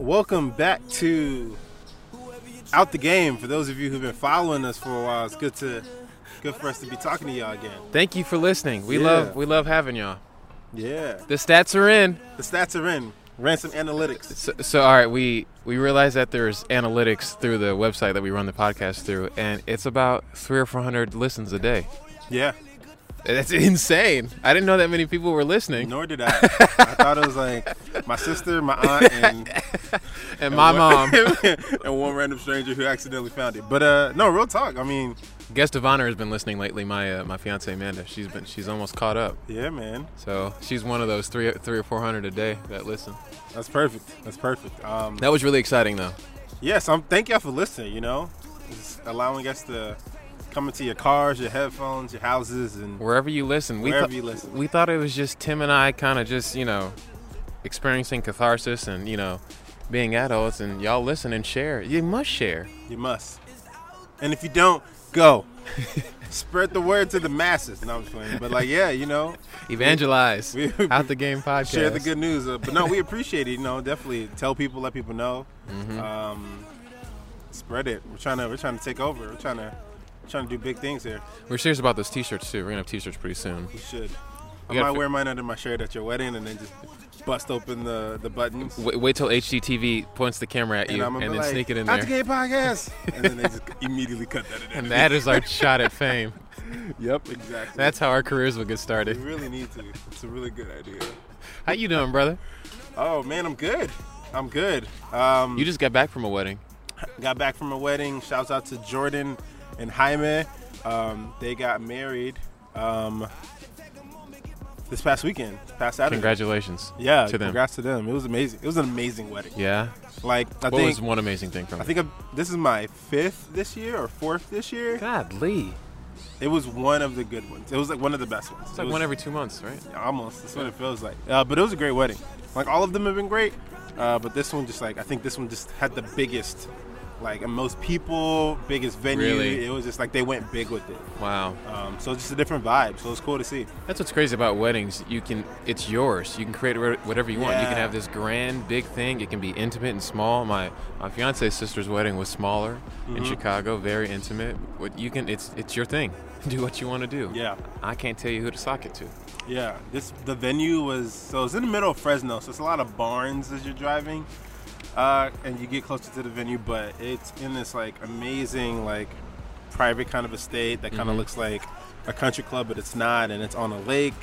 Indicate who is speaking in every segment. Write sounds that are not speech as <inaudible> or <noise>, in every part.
Speaker 1: Welcome back to Out the Game. For those of you who've been following us for a while, it's good to good for us to be talking to y'all again.
Speaker 2: Thank you for listening. We
Speaker 1: Yeah.
Speaker 2: love we love having y'all.
Speaker 1: Yeah.
Speaker 2: The stats are in.
Speaker 1: The stats are in. Ransom analytics.
Speaker 2: So, so all right, we we realize that there's analytics through the website that we run the podcast through, and it's about three or four hundred listens a day.
Speaker 1: Yeah.
Speaker 2: That's insane. I didn't know that many people were listening.
Speaker 1: Nor did I. I thought it was like my sister, my aunt, and
Speaker 2: And my
Speaker 1: <laughs>
Speaker 2: mom,
Speaker 1: and one random stranger who accidentally found it. But uh no, real talk. I mean,
Speaker 2: guest of honor, has been listening lately. My uh, my fiance Amanda, she's been she's almost caught up.
Speaker 1: yeah, man.
Speaker 2: So she's one of those three three or four hundred a day that listen.
Speaker 1: That's perfect. That's perfect. Um
Speaker 2: That was really exciting though.
Speaker 1: yes, I'm thank y'all for listening, you know. Just allowing us to come into your cars, your headphones, your houses and
Speaker 2: Wherever you listen, we
Speaker 1: Wherever
Speaker 2: thought-
Speaker 1: you listen.
Speaker 2: we thought it was just Tim and I kind of just you know experiencing catharsis and you know being adults and y'all listen and share. You must share.
Speaker 1: You must. And if you don't, go.
Speaker 2: <laughs>
Speaker 1: Spread the word to the masses. No, I'm just playing. But like, yeah, you know,
Speaker 2: Evangelize.
Speaker 1: we-
Speaker 2: Out the game podcast.
Speaker 1: share the good news. Uh, but no, we appreciate it. You know, definitely tell people, let people know.
Speaker 2: Mm-hmm.
Speaker 1: Um, spread it. We're trying to. We're trying to take over. We're trying to. Trying to do big things here.
Speaker 2: We're serious about those t-shirts too. We're gonna have t-shirts pretty soon.
Speaker 1: We should. I
Speaker 2: We gotta
Speaker 1: might
Speaker 2: fi-
Speaker 1: wear mine under my shirt at your wedding and then just bust open the the buttons.
Speaker 2: Wait, wait till HGTV points the camera at you and, then sneak it in
Speaker 1: Out the
Speaker 2: there.
Speaker 1: gay
Speaker 2: <laughs>
Speaker 1: podcast. and then they just immediately cut that in there.
Speaker 2: And that is our shot at fame.
Speaker 1: yep, exactly.
Speaker 2: That's how our careers will get
Speaker 1: we
Speaker 2: started.
Speaker 1: really need to. It's a really good idea.
Speaker 2: How you doing, brother?
Speaker 1: Oh man, I'm good. I'm good. Um,
Speaker 2: You just got back from a wedding.
Speaker 1: got back from a wedding. Shouts out to Jordan and Jaime. Um, they got married um, this past weekend, this past Saturday.
Speaker 2: Congratulations.
Speaker 1: yeah,
Speaker 2: to them.
Speaker 1: congrats to them. It was amazing. It was an amazing wedding.
Speaker 2: Yeah.
Speaker 1: Like I
Speaker 2: What
Speaker 1: think
Speaker 2: was one amazing thing from
Speaker 1: I
Speaker 2: it?
Speaker 1: think i this is my fifth this year or fourth this year.
Speaker 2: Godly.
Speaker 1: It was one of the good ones. It was like one of the best ones.
Speaker 2: It's
Speaker 1: It
Speaker 2: like
Speaker 1: was-
Speaker 2: one every two months, right?
Speaker 1: almost. That's what it feels like. Uh, but it was a great wedding. Like all of them have been great, uh, but this one just like I think this one just had the biggest, like and most people, biggest venue.
Speaker 2: Really?
Speaker 1: It was just like they went big with it.
Speaker 2: Wow.
Speaker 1: Um, so it's just a different vibe. So it's cool to see.
Speaker 2: That's what's crazy about weddings. You can, it's yours. You can create wha- whatever you want. You can
Speaker 1: Yeah.
Speaker 2: have this grand, big thing. It can be intimate and small. My my fiance's sister's wedding was smaller in
Speaker 1: Mm-hmm.
Speaker 2: Chicago, very intimate. What you can, it's it's your thing. <laughs> Do what you want to do.
Speaker 1: Yeah.
Speaker 2: I can't tell you who to sock it to.
Speaker 1: Yeah, this the venue was so it's in the middle of Fresno, so it's a lot of barns as you're driving, uh, and you get closer to the venue. But it's in this like amazing like private kind of estate that kind
Speaker 2: Mm-hmm.
Speaker 1: of looks like a country club, but it's not, and it's on a lake,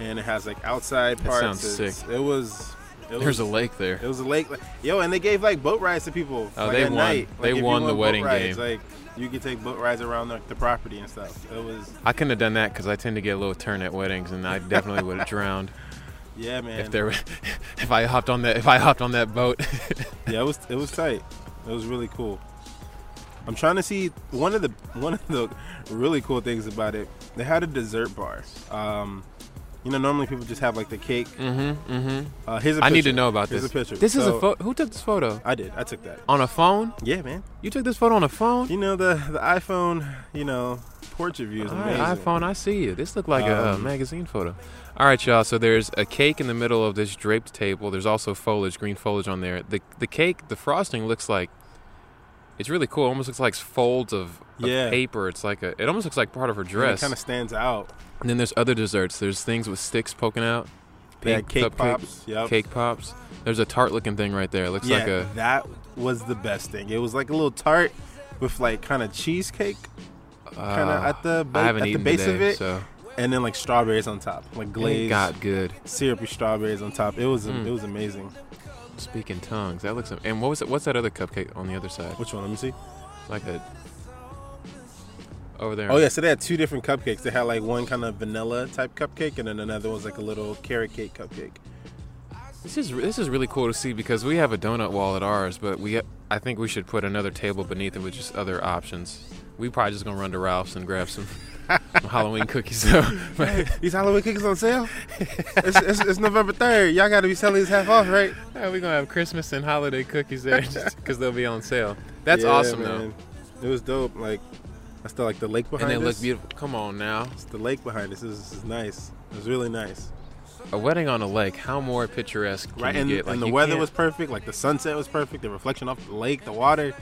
Speaker 1: and it has like outside parts.
Speaker 2: sounds
Speaker 1: It's-
Speaker 2: sick.
Speaker 1: It was. It
Speaker 2: There's
Speaker 1: was,
Speaker 2: a lake there.
Speaker 1: It was a lake, like- yo, and they gave like boat rides to people.
Speaker 2: Oh,
Speaker 1: like,
Speaker 2: they
Speaker 1: at
Speaker 2: won.
Speaker 1: Night.
Speaker 2: They
Speaker 1: Like, if you
Speaker 2: won the
Speaker 1: want boat
Speaker 2: wedding
Speaker 1: rides,
Speaker 2: game.
Speaker 1: Like you could take boat rides around the, the property and stuff. It was,
Speaker 2: I couldn't have done that because I tend to get a little turn at weddings, and I definitely would have
Speaker 1: <laughs>
Speaker 2: drowned
Speaker 1: yeah, man.
Speaker 2: if there, were- <laughs> if I hopped on that, if I hopped on that boat. <laughs>
Speaker 1: Yeah, it was it was tight. It was really cool. I'm trying to see one of the one of the really cool things about it. They had a dessert bar. Um, you know, normally people just have like the cake.
Speaker 2: mm-hmm. Mm-hmm.
Speaker 1: Uh, here's a
Speaker 2: I need
Speaker 1: picture.
Speaker 2: to know about
Speaker 1: here's
Speaker 2: this.
Speaker 1: a picture.
Speaker 2: This is a
Speaker 1: So-
Speaker 2: photo. Who took this photo?
Speaker 1: I did. I took that.
Speaker 2: On a phone?
Speaker 1: Yeah, man.
Speaker 2: You took this photo on a phone?
Speaker 1: You know the the iPhone. You know, portrait view is
Speaker 2: All right,
Speaker 1: amazing.
Speaker 2: iPhone, I see you. This looked like a, uh
Speaker 1: Um,
Speaker 2: magazine photo. All right, y'all. So there's a cake in the middle of this draped table. There's also foliage, green foliage on there. The the cake, the frosting looks like it's really cool. It almost looks like folds of, of
Speaker 1: Yeah.
Speaker 2: paper. It's like a. It almost looks like part of her
Speaker 1: And
Speaker 2: dress.
Speaker 1: It kind of stands out.
Speaker 2: and then there's other desserts. There's things with sticks poking out.
Speaker 1: They had cake
Speaker 2: cupcake-
Speaker 1: pops. Yep.
Speaker 2: Cake pops. There's a tart looking thing right there. It looks
Speaker 1: yeah,
Speaker 2: like a.
Speaker 1: that was the best thing. It was like a little tart with like kind of cheesecake kind of
Speaker 2: uh,
Speaker 1: at the ba-
Speaker 2: I haven't
Speaker 1: at the
Speaker 2: eaten
Speaker 1: base
Speaker 2: today,
Speaker 1: of it.
Speaker 2: so
Speaker 1: and then like strawberries on top, like
Speaker 2: it
Speaker 1: glazed
Speaker 2: got good.
Speaker 1: syrupy strawberries on top. It was
Speaker 2: Mm.
Speaker 1: it was amazing.
Speaker 2: Speaking tongues, that looks. And what was it? What's that other cupcake on the other side?
Speaker 1: Which one? Let me see.
Speaker 2: Like a over there.
Speaker 1: Oh yeah, so they had two different cupcakes. They had like one kind of vanilla type cupcake, and then another was like a little carrot cake cupcake.
Speaker 2: This is this is really cool to see because we have a donut wall at ours, but we I think we should put another table beneath it with just other options. We probably just gonna run to Ralph's and grab <laughs> some, some Halloween cookies though. <laughs> But-
Speaker 1: These Halloween cookies on
Speaker 2: <laughs>
Speaker 1: sale. it's, it's, it's November third. Y'all got to be selling these half off, right?
Speaker 2: yeah, we gonna have Christmas and holiday cookies there <laughs> just because they'll be on sale. That's awesome though,
Speaker 1: though. It was dope. Like I still like the lake behind.
Speaker 2: and they
Speaker 1: us.
Speaker 2: look beautiful. Come on now.
Speaker 1: It's the lake behind us. This is, this is nice. It was really nice.
Speaker 2: a wedding on a lake, how more picturesque can
Speaker 1: right?
Speaker 2: you
Speaker 1: And,
Speaker 2: get? Like,
Speaker 1: and the
Speaker 2: you
Speaker 1: weather
Speaker 2: can't-
Speaker 1: was perfect. Like the sunset was perfect. The reflection off the lake, the water.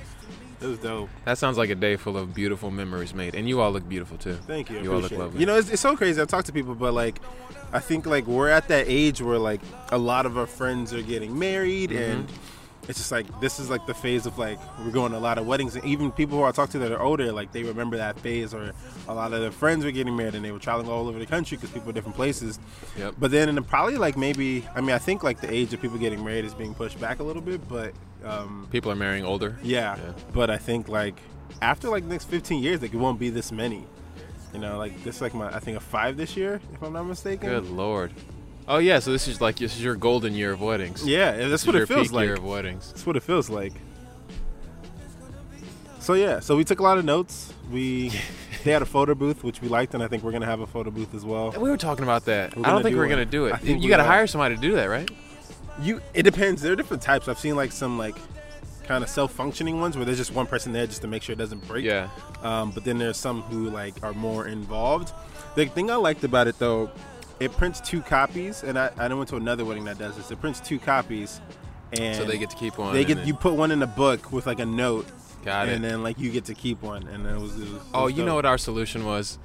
Speaker 1: It was dope.
Speaker 2: That sounds like a day full of beautiful memories made, and you all look beautiful too.
Speaker 1: Thank you. I
Speaker 2: You all look
Speaker 1: appreciate it.
Speaker 2: lovely.
Speaker 1: You know, it's, it's so crazy. I talk to people, but like, I think like we're at that age where like a lot of our friends are getting married,
Speaker 2: Mm-hmm.
Speaker 1: and it's just like this is like the phase of like we're going to a lot of weddings, and even people who I talk to that are older, like they remember that phase, or a lot of their friends were getting married, and they were traveling all over the country because people are different places.
Speaker 2: Yep.
Speaker 1: But then in probably like maybe I mean I think like the age of people getting married is being pushed back a little bit, but um,
Speaker 2: People are marrying older.
Speaker 1: yeah,
Speaker 2: Yeah.
Speaker 1: but I think like after like the next 15 years, like it won't be this many. You know, like this like my I think a five this year, if I'm not mistaken.
Speaker 2: Good lord. Oh yeah, so this is like this is your golden year of weddings.
Speaker 1: Yeah, yeah, that's
Speaker 2: This is
Speaker 1: what it
Speaker 2: your
Speaker 1: feels
Speaker 2: peak
Speaker 1: like.
Speaker 2: year of weddings.
Speaker 1: That's what it feels like. So yeah, so we took a lot of notes.
Speaker 2: <laughs>
Speaker 1: We they had a photo booth which we liked, and I think we're gonna have a photo booth as well.
Speaker 2: We were talking about that.
Speaker 1: We're
Speaker 2: I
Speaker 1: gonna
Speaker 2: don't think
Speaker 1: do
Speaker 2: we're
Speaker 1: one.
Speaker 2: gonna do
Speaker 1: I
Speaker 2: it.
Speaker 1: think
Speaker 2: You
Speaker 1: we
Speaker 2: got to
Speaker 1: are.
Speaker 2: hire somebody to do that, right?
Speaker 1: You it depends. There are different types. I've seen like some like kind of self-functioning ones where there's just one person there just to make sure it doesn't break.
Speaker 2: Yeah.
Speaker 1: um, but then there's some who like are more involved. The thing I liked about it though, it prints two copies, and I, I went to another wedding that does this. It prints two copies, and
Speaker 2: So they get to keep one.
Speaker 1: they
Speaker 2: and
Speaker 1: get
Speaker 2: then-
Speaker 1: you put one in a book with like a note,
Speaker 2: Got
Speaker 1: and
Speaker 2: it.
Speaker 1: then like you get to keep one, and it was, it was- it was
Speaker 2: Oh, you
Speaker 1: dope.
Speaker 2: know what our solution was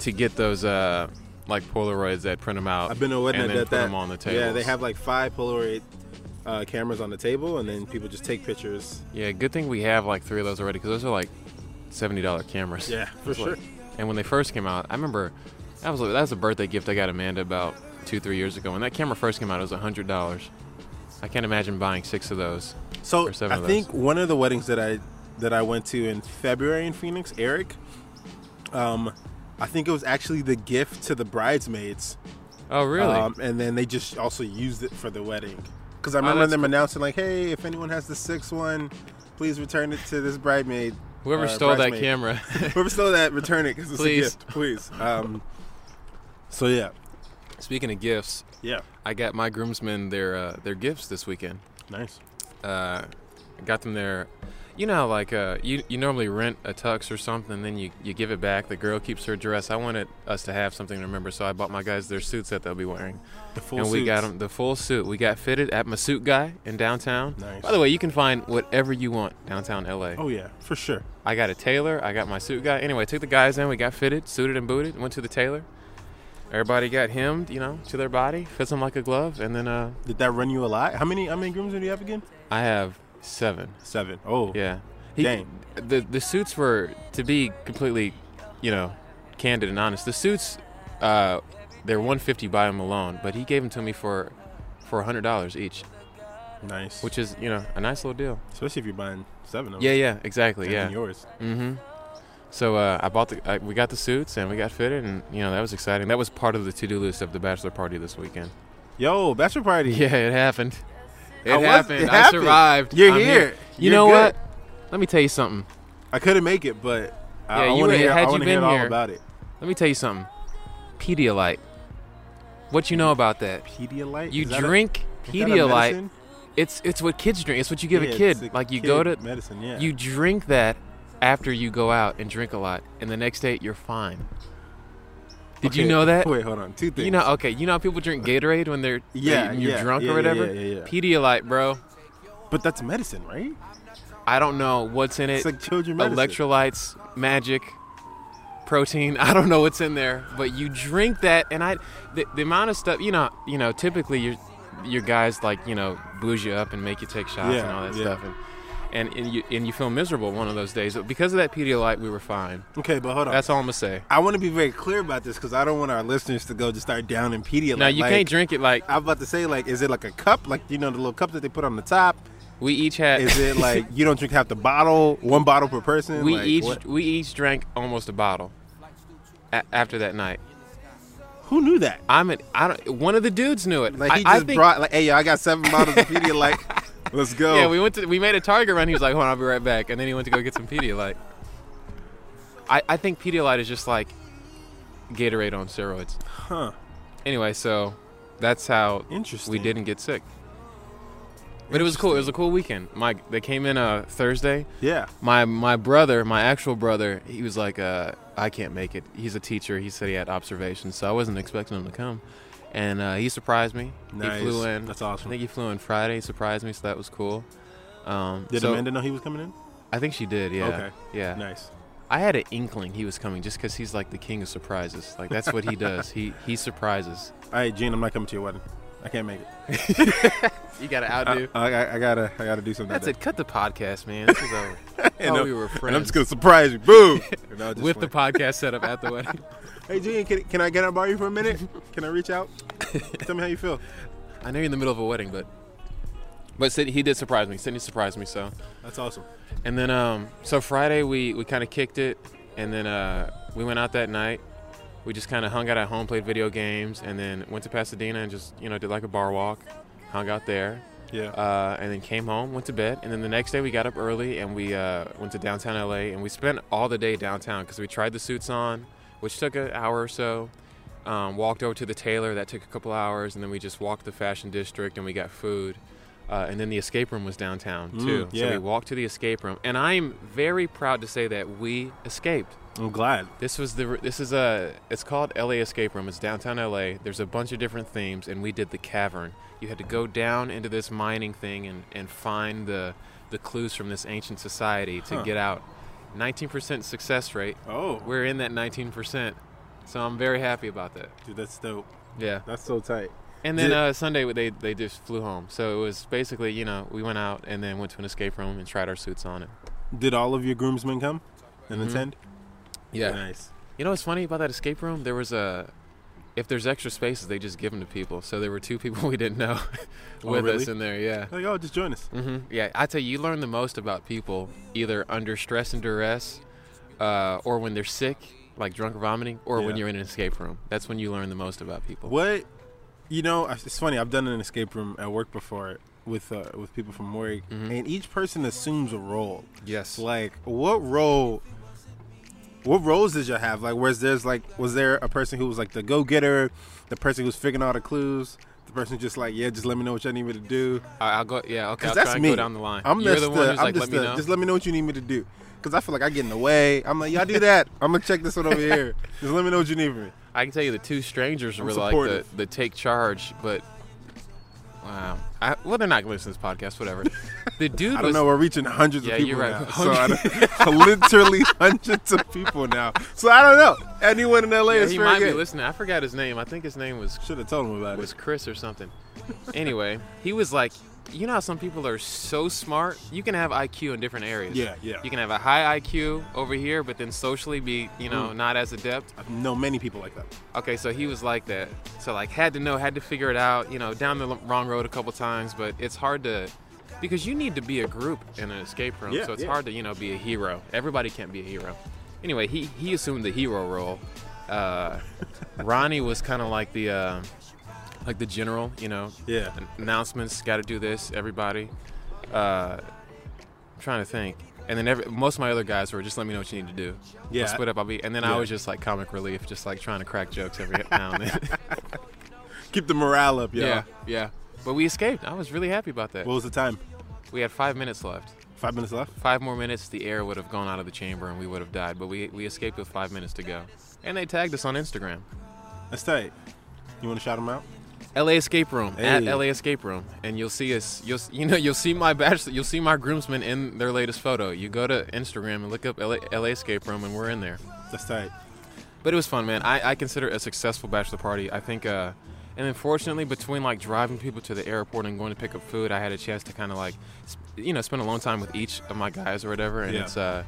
Speaker 2: to get those uh like Polaroids that print them out.
Speaker 1: I've been to a wedding
Speaker 2: and
Speaker 1: that
Speaker 2: then
Speaker 1: did
Speaker 2: put
Speaker 1: that.
Speaker 2: them on the table.
Speaker 1: Yeah, they have like five Polaroid uh, cameras on the table, and then people just take pictures.
Speaker 2: Yeah, good thing we have like three of those already because those are like seventy dollar cameras. <laughs>
Speaker 1: Yeah, for
Speaker 2: It's
Speaker 1: sure.
Speaker 2: like- and when they first came out, I remember that was that was a birthday gift I got Amanda about two three years ago. When that camera first came out, it was hundred dollars. I can't imagine buying six of those.
Speaker 1: So
Speaker 2: or seven
Speaker 1: I
Speaker 2: of
Speaker 1: think one of the weddings that I that I went to in February in Phoenix, Eric. Um, I think it was actually the gift to the bridesmaids,
Speaker 2: Oh really?
Speaker 1: um, and then they just also used it for the wedding. Because I
Speaker 2: Oh,
Speaker 1: remember
Speaker 2: that's
Speaker 1: them
Speaker 2: cool.
Speaker 1: announcing like, "Hey, if anyone has the sixth one, please return it to this bridesmaid."
Speaker 2: Whoever
Speaker 1: uh,
Speaker 2: stole that
Speaker 1: bridesmaid." <laughs>
Speaker 2: camera. <laughs>
Speaker 1: Whoever stole that, return it because it's
Speaker 2: Please.
Speaker 1: a gift, please. Um, so yeah,
Speaker 2: Speaking of gifts,
Speaker 1: yeah,
Speaker 2: I got my groomsmen their uh, their gifts this weekend.
Speaker 1: nice.
Speaker 2: uh, got them their, you know, how, like uh, you you normally rent a tux or something, then you, you give it back. The girl keeps her dress. I wanted us to have something to remember, so I bought my guys their suits that they'll be wearing,
Speaker 1: The full
Speaker 2: and we
Speaker 1: suits.
Speaker 2: got them the full suit. We got fitted at my suit guy in downtown.
Speaker 1: Nice.
Speaker 2: By the way, you can find whatever you want downtown LA.
Speaker 1: Oh yeah, for sure.
Speaker 2: I got a tailor. I got my suit guy. Anyway, took the guys in. We got fitted, suited, and booted. Went to the tailor. Everybody got hemmed, you know, to their body. Fits them like a glove, and then uh,
Speaker 1: Did that run you a lot? How many? How many grooms do you have again?
Speaker 2: I have seven.
Speaker 1: Seven. Oh,
Speaker 2: Yeah. He,
Speaker 1: Dang.
Speaker 2: The the suits were to be completely, you know, candid and honest. The suits, uh, they're 150 by him alone, but he gave them to me for for 100 dollars each,
Speaker 1: nice.
Speaker 2: which is you know a nice little deal.
Speaker 1: Especially if you're buying seven of them.
Speaker 2: Yeah, yeah, exactly,
Speaker 1: And then
Speaker 2: yeah.
Speaker 1: yours.
Speaker 2: Mm-hmm. So uh, I bought the I, we got the suits and we got fitted and you know that was exciting. That was part of the to do list of the bachelor party this weekend. <laughs>
Speaker 1: Yo, bachelor party.
Speaker 2: Yeah, it happened. It
Speaker 1: I was-
Speaker 2: happened.
Speaker 1: it
Speaker 2: I
Speaker 1: happened.
Speaker 2: survived.
Speaker 1: You're
Speaker 2: I'm
Speaker 1: here.
Speaker 2: You
Speaker 1: You're
Speaker 2: know
Speaker 1: good.
Speaker 2: what? Let me tell you something.
Speaker 1: I couldn't make it, but I,
Speaker 2: Yeah,
Speaker 1: I want
Speaker 2: you
Speaker 1: to
Speaker 2: were-
Speaker 1: hear, I
Speaker 2: had you
Speaker 1: wanna hear
Speaker 2: been
Speaker 1: it all
Speaker 2: here-
Speaker 1: about it.
Speaker 2: Let me tell you something. Pedialyte. What you know about that?
Speaker 1: Pedialyte.
Speaker 2: You
Speaker 1: Is that a-
Speaker 2: drink
Speaker 1: is that a
Speaker 2: Pedialyte.
Speaker 1: medicine?
Speaker 2: It's it's what kids drink. It's what you give
Speaker 1: Yeah,
Speaker 2: a
Speaker 1: it's
Speaker 2: kid. like you go to
Speaker 1: kid medicine. Yeah.
Speaker 2: you drink that after you go out and drink a lot and the next day you're fine. Did you
Speaker 1: Okay,
Speaker 2: know that?
Speaker 1: Wait, hold on. Two things.
Speaker 2: You know, okay, you know how people drink Gatorade when they're
Speaker 1: Yeah,
Speaker 2: they- you're
Speaker 1: yeah,
Speaker 2: drunk
Speaker 1: yeah,
Speaker 2: or
Speaker 1: yeah,
Speaker 2: whatever?
Speaker 1: yeah, yeah, yeah.
Speaker 2: Pedialyte, bro.
Speaker 1: but that's medicine, right?
Speaker 2: I don't know what's in it.
Speaker 1: It's like children medicine.
Speaker 2: electrolytes, magic, protein. <laughs> I don't know what's in there, but you drink that, and I, the, the amount of stuff, you know, you know, typically your your guys like you know booze you up and make you take shots and
Speaker 1: Yeah,
Speaker 2: all that
Speaker 1: yeah.
Speaker 2: stuff, and and and you, and you feel miserable one of those days. But because of that Pedialyte, we were fine.
Speaker 1: Okay, but hold on.
Speaker 2: That's all I'm gonna say.
Speaker 1: I want to be very clear about this because I don't want our listeners to go just start down in Pedialyte.
Speaker 2: Now you
Speaker 1: Like,
Speaker 2: can't drink it like
Speaker 1: I was about to say, like, is it like a cup? Like, you know, the little cup that they put on the top?
Speaker 2: we each had.
Speaker 1: Is it
Speaker 2: <laughs>
Speaker 1: like you don't drink half the bottle, one bottle per person?
Speaker 2: we
Speaker 1: Like,
Speaker 2: each
Speaker 1: what-
Speaker 2: we each drank almost a bottle a- after that night?
Speaker 1: Who knew that?
Speaker 2: I'm an, I don't. One of the dudes knew it.
Speaker 1: Like
Speaker 2: I-
Speaker 1: he
Speaker 2: I
Speaker 1: just
Speaker 2: think-
Speaker 1: brought like, hey yo, I got seven bottles of
Speaker 2: <laughs>
Speaker 1: Pedialyte. Let's go.
Speaker 2: Yeah, we went to we made a Target run. He was like, "Hold on, I'll be right back," and then he went to go get some Pedialyte. I I think Pedialyte is just like Gatorade on steroids.
Speaker 1: huh?
Speaker 2: Anyway, so that's how
Speaker 1: Interesting.
Speaker 2: we didn't get sick. But it was cool. It was a cool weekend. My they came in uh, Thursday.
Speaker 1: Yeah.
Speaker 2: My my brother, my actual brother, he was like, uh, "I can't make it." He's a teacher. He said he had observations, so I wasn't expecting him to come. and uh, he surprised me.
Speaker 1: Nice.
Speaker 2: He flew in.
Speaker 1: That's
Speaker 2: I
Speaker 1: awesome.
Speaker 2: think he flew in Friday. He surprised me, so that was cool. Um,
Speaker 1: Did
Speaker 2: so-
Speaker 1: Amanda know he was coming in?
Speaker 2: I think she did. Yeah.
Speaker 1: Okay.
Speaker 2: Yeah.
Speaker 1: Nice.
Speaker 2: I had an inkling he was coming just because he's like the king of surprises. Like that's what he does. he he surprises.
Speaker 1: All right, Gene, I'm not coming to your wedding. I can't make it.
Speaker 2: You gotta outdo.
Speaker 1: I, I, I gotta, I gotta do something.
Speaker 2: that's
Speaker 1: that
Speaker 2: it. Cut the podcast, man. This is
Speaker 1: <laughs>
Speaker 2: over.
Speaker 1: day.
Speaker 2: Oh,
Speaker 1: I'm-
Speaker 2: we were
Speaker 1: Uh, and I'm
Speaker 2: friends.
Speaker 1: just gonna surprise you,
Speaker 2: <laughs>
Speaker 1: boom. And I'll just <laughs>
Speaker 2: With the
Speaker 1: win.
Speaker 2: podcast set up at the wedding.
Speaker 1: hey, Gene, can, can I get up by you for a minute?
Speaker 2: <laughs>
Speaker 1: Can I reach out? Tell me how you feel.
Speaker 2: I know you're in the middle of a wedding, but but Sid, he did surprise me. Sydney surprised me so.
Speaker 1: That's awesome.
Speaker 2: And then um so Friday we we kind of kicked it and then uh we went out that night. We just kind of hung out at home, played video games, and then went to Pasadena and just, you know, did like a bar walk, hung out there.
Speaker 1: Yeah.
Speaker 2: uh, and then came home, went to bed, and then the next day we got up early and we uh, went to downtown LA and we spent all the day downtown because we tried the suits on, which took an hour or so. Um, walked over to the tailor, that took a couple hours, and then we just walked the fashion district and we got food. Uh, and then the escape room was downtown
Speaker 1: Mm,
Speaker 2: too. So
Speaker 1: yeah.
Speaker 2: we walked to the escape room, and I'm very proud to say that we escaped.
Speaker 1: I'm glad.
Speaker 2: This was the this is a it's called LA Escape Room. It's downtown LA. There's a bunch of different themes, and we did the cavern. You had to go down into this mining thing and, and find the the clues from this ancient society to
Speaker 1: Huh.
Speaker 2: get out. 19% success rate.
Speaker 1: Oh,
Speaker 2: We're in that 19%, so I'm very happy about that.
Speaker 1: dude, that's dope.
Speaker 2: Yeah.
Speaker 1: That's so tight.
Speaker 2: And then
Speaker 1: Did-
Speaker 2: uh, Sunday they they just flew home. So it was basically you know we went out and then went to an escape room and tried our suits on it.
Speaker 1: Did all of your groomsmen come and
Speaker 2: Mhm.
Speaker 1: attend?
Speaker 2: Yeah.
Speaker 1: Nice.
Speaker 2: You know what's funny about that escape room? There was a. If there's extra spaces, they just give them to people. So there were two people <laughs> we didn't know
Speaker 1: Oh,
Speaker 2: with
Speaker 1: really?
Speaker 2: us in there. Yeah.
Speaker 1: Like, oh, just join us.
Speaker 2: hmm Yeah. I tell you, you learn the most about people either under stress and duress, uh, or when they're sick, like drunk or vomiting, or when
Speaker 1: Yeah.
Speaker 2: you're in an escape room. That's when you learn the most about people.
Speaker 1: What? You know, it's funny. I've done an escape room at work before with uh, with people from work,
Speaker 2: Mm-hmm.
Speaker 1: and each person assumes a role.
Speaker 2: Yes.
Speaker 1: Like, what role? What roles did you have? Like, was there's like, was there a person who was like the go getter, the person who's figuring out the clues, the person just like, yeah, just let me know what you all need me to do.
Speaker 2: I, will go. Yeah. Okay. I'll
Speaker 1: Because
Speaker 2: try
Speaker 1: that's
Speaker 2: and
Speaker 1: me.
Speaker 2: go down the line.
Speaker 1: I'm
Speaker 2: you're
Speaker 1: just
Speaker 2: the one who's
Speaker 1: I'm
Speaker 2: like,
Speaker 1: just
Speaker 2: let me
Speaker 1: the-
Speaker 2: know.
Speaker 1: Just let me know what you need me to do. Cause I feel like I get in the way. I'm like, y'all do that. I'm gonna check this one over
Speaker 2: <laughs>
Speaker 1: here. Just let me know what you need from me.
Speaker 2: I can tell you the two strangers
Speaker 1: I'm
Speaker 2: were like the,
Speaker 1: supportive.
Speaker 2: the take charge, but wow. I, well, they're not listening to this podcast.
Speaker 1: <laughs>
Speaker 2: Whatever. The dude
Speaker 1: I
Speaker 2: was
Speaker 1: don't know. We're reaching hundreds
Speaker 2: Yeah,
Speaker 1: of people
Speaker 2: you're right. <laughs>
Speaker 1: now. So I don't- <laughs> literally hundreds of people now. So I don't know. Anyone in LA
Speaker 2: Yeah,
Speaker 1: is
Speaker 2: he
Speaker 1: very
Speaker 2: might be
Speaker 1: good.
Speaker 2: listening. I forgot his name. I think his name was
Speaker 1: Should have told him about
Speaker 2: was
Speaker 1: it.
Speaker 2: Chris or something. Anyway, he was like, you know how some people are so smart. You can have IQ in different areas.
Speaker 1: Yeah, yeah.
Speaker 2: You can have a high IQ over here, but then socially be, you know,
Speaker 1: Mm.
Speaker 2: not as adept.
Speaker 1: I know many people like that.
Speaker 2: Okay, so he was like that. So like, had to know, had to figure it out. You know, down the l- wrong road a couple times, but it's hard to. Because you need to be a group in an escape room,
Speaker 1: Yeah,
Speaker 2: so it's
Speaker 1: yeah.
Speaker 2: hard to you know be a hero. Everybody can't be a hero. Anyway, he he assumed the hero role. Uh, Ronnie was kind of like the uh, like the general, you know.
Speaker 1: Yeah.
Speaker 2: an- Announcements, got to do this, everybody. Uh, I'm trying to think, and then every, most of my other guys were just let me know what you need to do.
Speaker 1: Yeah.
Speaker 2: We'll split up. I'll be, and then I
Speaker 1: Yeah.
Speaker 2: was just like comic relief, just like trying to crack jokes every <laughs> now and then.
Speaker 1: Keep the morale up, y'all.
Speaker 2: yeah, yeah. But we escaped. I was really happy about that.
Speaker 1: What was the time?
Speaker 2: we had five minutes left.
Speaker 1: Five minutes left.
Speaker 2: Five more minutes, the air would have gone out of the chamber and we would have died. But we we escaped with five minutes to go. And they tagged us on Instagram.
Speaker 1: That's tight. You want to shout them out?
Speaker 2: LA Escape Room at
Speaker 1: Hey.
Speaker 2: LA Escape Room, and you'll see us. You'll s- you know you'll see my bachelor. You'll see my groomsmen in their latest photo. You go to Instagram and look up LA, LA Escape Room, and we're in there.
Speaker 1: That's tight.
Speaker 2: But it was fun, man. I, I consider it a successful bachelor party. I think, uh, and unfortunately, between like driving people to the airport and going to pick up food, I had a chance to kind of like, sp- you know, spend a long time with each of my guys or whatever. And
Speaker 1: Yeah.
Speaker 2: it's, uh,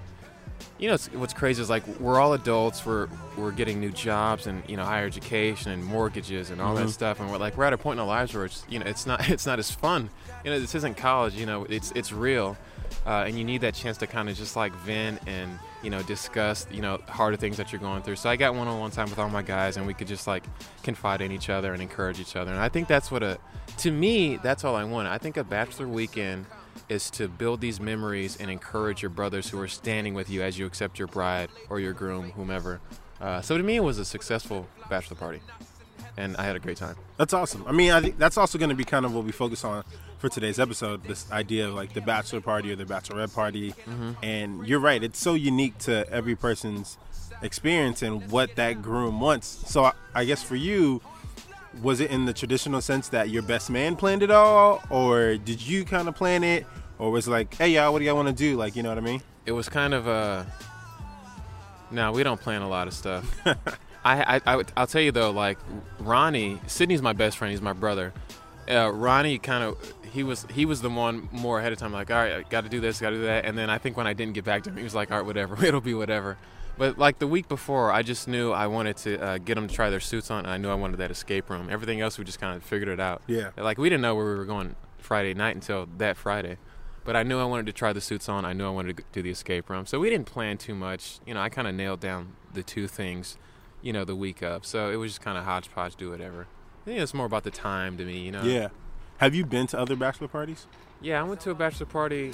Speaker 2: you know, it's, what's crazy is like we're all adults. We're we're getting new jobs and you know higher education and mortgages and all that stuff. And we're like we're at a point in our lives where it's you know it's not <laughs> it's not as fun. You know, this isn't college. You know, it's it's real, uh, and you need that chance to kind of just like vent and you know discuss you know harder things that you're going through. So I got one-on-one time with all my guys, and we could just like confide in each other and encourage each other. And I think that's what a to me that's all I want. I think a bachelor weekend is to build these memories and encourage your brothers who are standing with you as you accept your bride or your groom, whomever. Uh, so to me, it was a successful bachelor party, and I had a great time.
Speaker 1: That's awesome. I mean, I think that's also going to be kind of what we focus on for today's episode. This idea of like the bachelor party or the bachelorette party, and you're right. It's so unique to every person's experience and what that groom wants. So I, I guess for you, was it in the traditional sense that your best man planned it all, or did you kind of plan it, or was it like, hey y'all, what do y'all want to do? Like, you know what I mean?
Speaker 2: It was kind of a. No, we don't plan a lot of stuff. I, I, I would- I'll tell you though, like Ronnie, Sydney's my best friend. He's my brother. Uh, Ronnie kind of he was he was the one more ahead of time. Like, all right, I got to do this, got to do that. And then I think when I didn't get back to him, he was like, all right, whatever, <laughs> it'll be whatever. But like the week before, I just knew I wanted to uh, get them to try their suits on, and I knew I wanted that escape room. Everything else, we just kind of figured it out.
Speaker 1: Yeah.
Speaker 2: Like we didn't know where we were going Friday night until that Friday. But I knew I wanted to try the suits on. I knew I wanted to g- do the escape room. So we didn't plan too much. You know, I kind of nailed down the two things, you know, the week up. So it was just kind of hodgepodge, do whatever. I think it's more about the time to me, you know.
Speaker 1: Yeah. Have you been to other bachelor parties?
Speaker 2: Yeah, I went to a bachelor party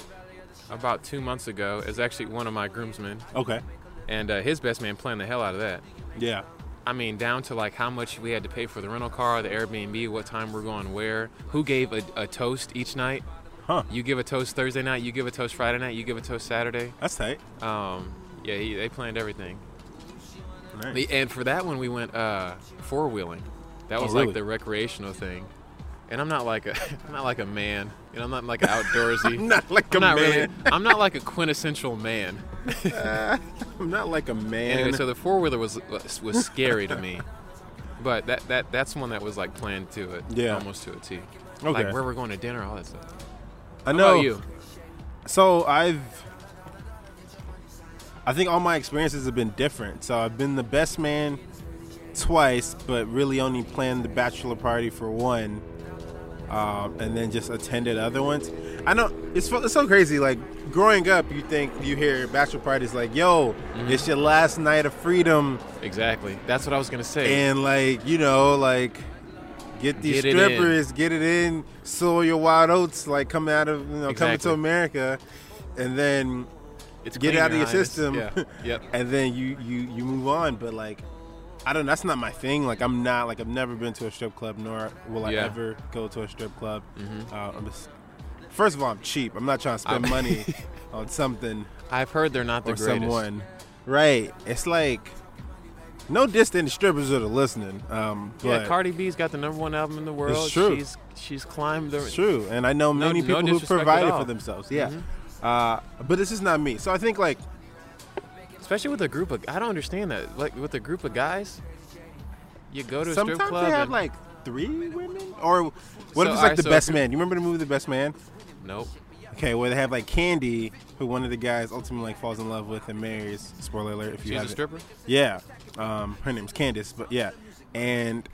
Speaker 2: about two months ago. It was actually one of my groomsmen,
Speaker 1: Okay.
Speaker 2: and uh, his best man planned the hell out of that.
Speaker 1: Yeah.
Speaker 2: I mean, down to like how much we had to pay for the rental car, the Airbnb, what time we're going where, who gave a, a toast each night.
Speaker 1: Huh.
Speaker 2: You give a toast Thursday night, you give a toast Friday night, you give a toast Saturday.
Speaker 1: That's tight.
Speaker 2: Um, yeah, he, they planned everything.
Speaker 1: Nice.
Speaker 2: The- And for that one, we went uh, four wheeling. That
Speaker 1: Oh,
Speaker 2: was
Speaker 1: really?
Speaker 2: like the recreational thing. And I'm not like a, <laughs> I'm not like a man. You know, I'm not like an
Speaker 1: <laughs>
Speaker 2: outdoorsy.
Speaker 1: I'm not like a
Speaker 2: I'm not really.
Speaker 1: man.
Speaker 2: I'm not like a quintessential man.
Speaker 1: I'm not like a man.
Speaker 2: Anyway, so the four wheeler was
Speaker 1: <laughs>
Speaker 2: was scary to me, but that that that's one that was like planned to it,
Speaker 1: Yeah.
Speaker 2: almost to a T.
Speaker 1: Okay. Oh.
Speaker 2: Like where we're going to dinner, all that stuff.
Speaker 1: I
Speaker 2: How
Speaker 1: know
Speaker 2: about you?
Speaker 1: So I've, I think all my experiences have been different. So I've been the best man twice, but really only planned the bachelor party for one, um, and then just attended other ones. I know it's fu- it's so crazy. Like growing up, you think you hear bachelor parties like, "Yo,
Speaker 2: Mm-hmm.
Speaker 1: it's your last night of freedom,"
Speaker 2: Exactly. That's what I was gonna say.
Speaker 1: and like you know, like. Get these
Speaker 2: Get it in.
Speaker 1: strippers, get it in, sow your wild oats, like coming out of, you know, coming to
Speaker 2: Exactly.
Speaker 1: America. And then
Speaker 2: it's
Speaker 1: get it
Speaker 2: clean,
Speaker 1: out of your
Speaker 2: Highness.
Speaker 1: system <laughs>
Speaker 2: Yeah. yep.
Speaker 1: and then you you you move on but like i don't that's not my thing like i'm not like i've never been to a strip club nor will i
Speaker 2: Yeah. Mm-hmm.
Speaker 1: ever go to a strip club uh, I'm just- first of all i'm cheap i'm not trying to spend
Speaker 2: I'm- <laughs>
Speaker 1: money on something
Speaker 2: I've heard they're not the
Speaker 1: or
Speaker 2: greatest.
Speaker 1: someone right it's like no distant strippers that are listening um but
Speaker 2: Yeah, Cardi B's got the number one album in the world.
Speaker 1: true.
Speaker 2: She's she's climbed the.
Speaker 1: It's true, and I know many
Speaker 2: no
Speaker 1: people who
Speaker 2: disrespect at
Speaker 1: provided
Speaker 2: all. Mm-hmm.
Speaker 1: for themselves. Yeah, uh, but this is not me. So I think like
Speaker 2: Especially with a group of, I don't understand that. Like with a group of guys, you go to a
Speaker 1: Sometimes
Speaker 2: strip club.
Speaker 1: they have
Speaker 2: and,
Speaker 1: like three women, or what
Speaker 2: So,
Speaker 1: if it's like
Speaker 2: alright,
Speaker 1: the
Speaker 2: so
Speaker 1: best
Speaker 2: if you-
Speaker 1: man? You remember the movie The Best Man?
Speaker 2: nope.
Speaker 1: Okay, where they have like Candy, who one of the guys ultimately like falls in love with and marries. Spoiler alert! If you
Speaker 2: She's a
Speaker 1: haven't.
Speaker 2: stripper.
Speaker 1: Yeah, um, her name's Candace, but yeah, and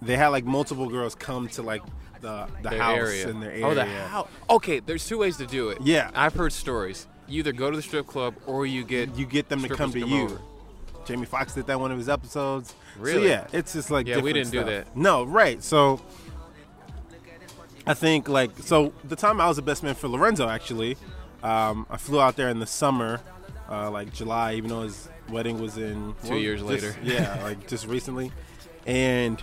Speaker 1: they had like multiple girls come to like the the
Speaker 2: Their
Speaker 1: house
Speaker 2: area.
Speaker 1: in their area.
Speaker 2: Oh, the house. Okay, there's two ways to do it.
Speaker 1: Yeah.
Speaker 2: I've heard stories. You either go to the strip club or you get
Speaker 1: You get them to
Speaker 2: strippers
Speaker 1: come to you.
Speaker 2: over.
Speaker 1: Jamie Foxx did that one of his episodes. So
Speaker 2: Really?
Speaker 1: yeah, it's just like
Speaker 2: Yeah, we
Speaker 1: different
Speaker 2: didn't do
Speaker 1: stuff.
Speaker 2: that.
Speaker 1: No, right. So I think like so the time I was the best man for Lorenzo actually, um, I flew out there in the summer, uh, like July, even though his wedding was in
Speaker 2: Two years
Speaker 1: just-
Speaker 2: later.
Speaker 1: yeah, like just recently, and.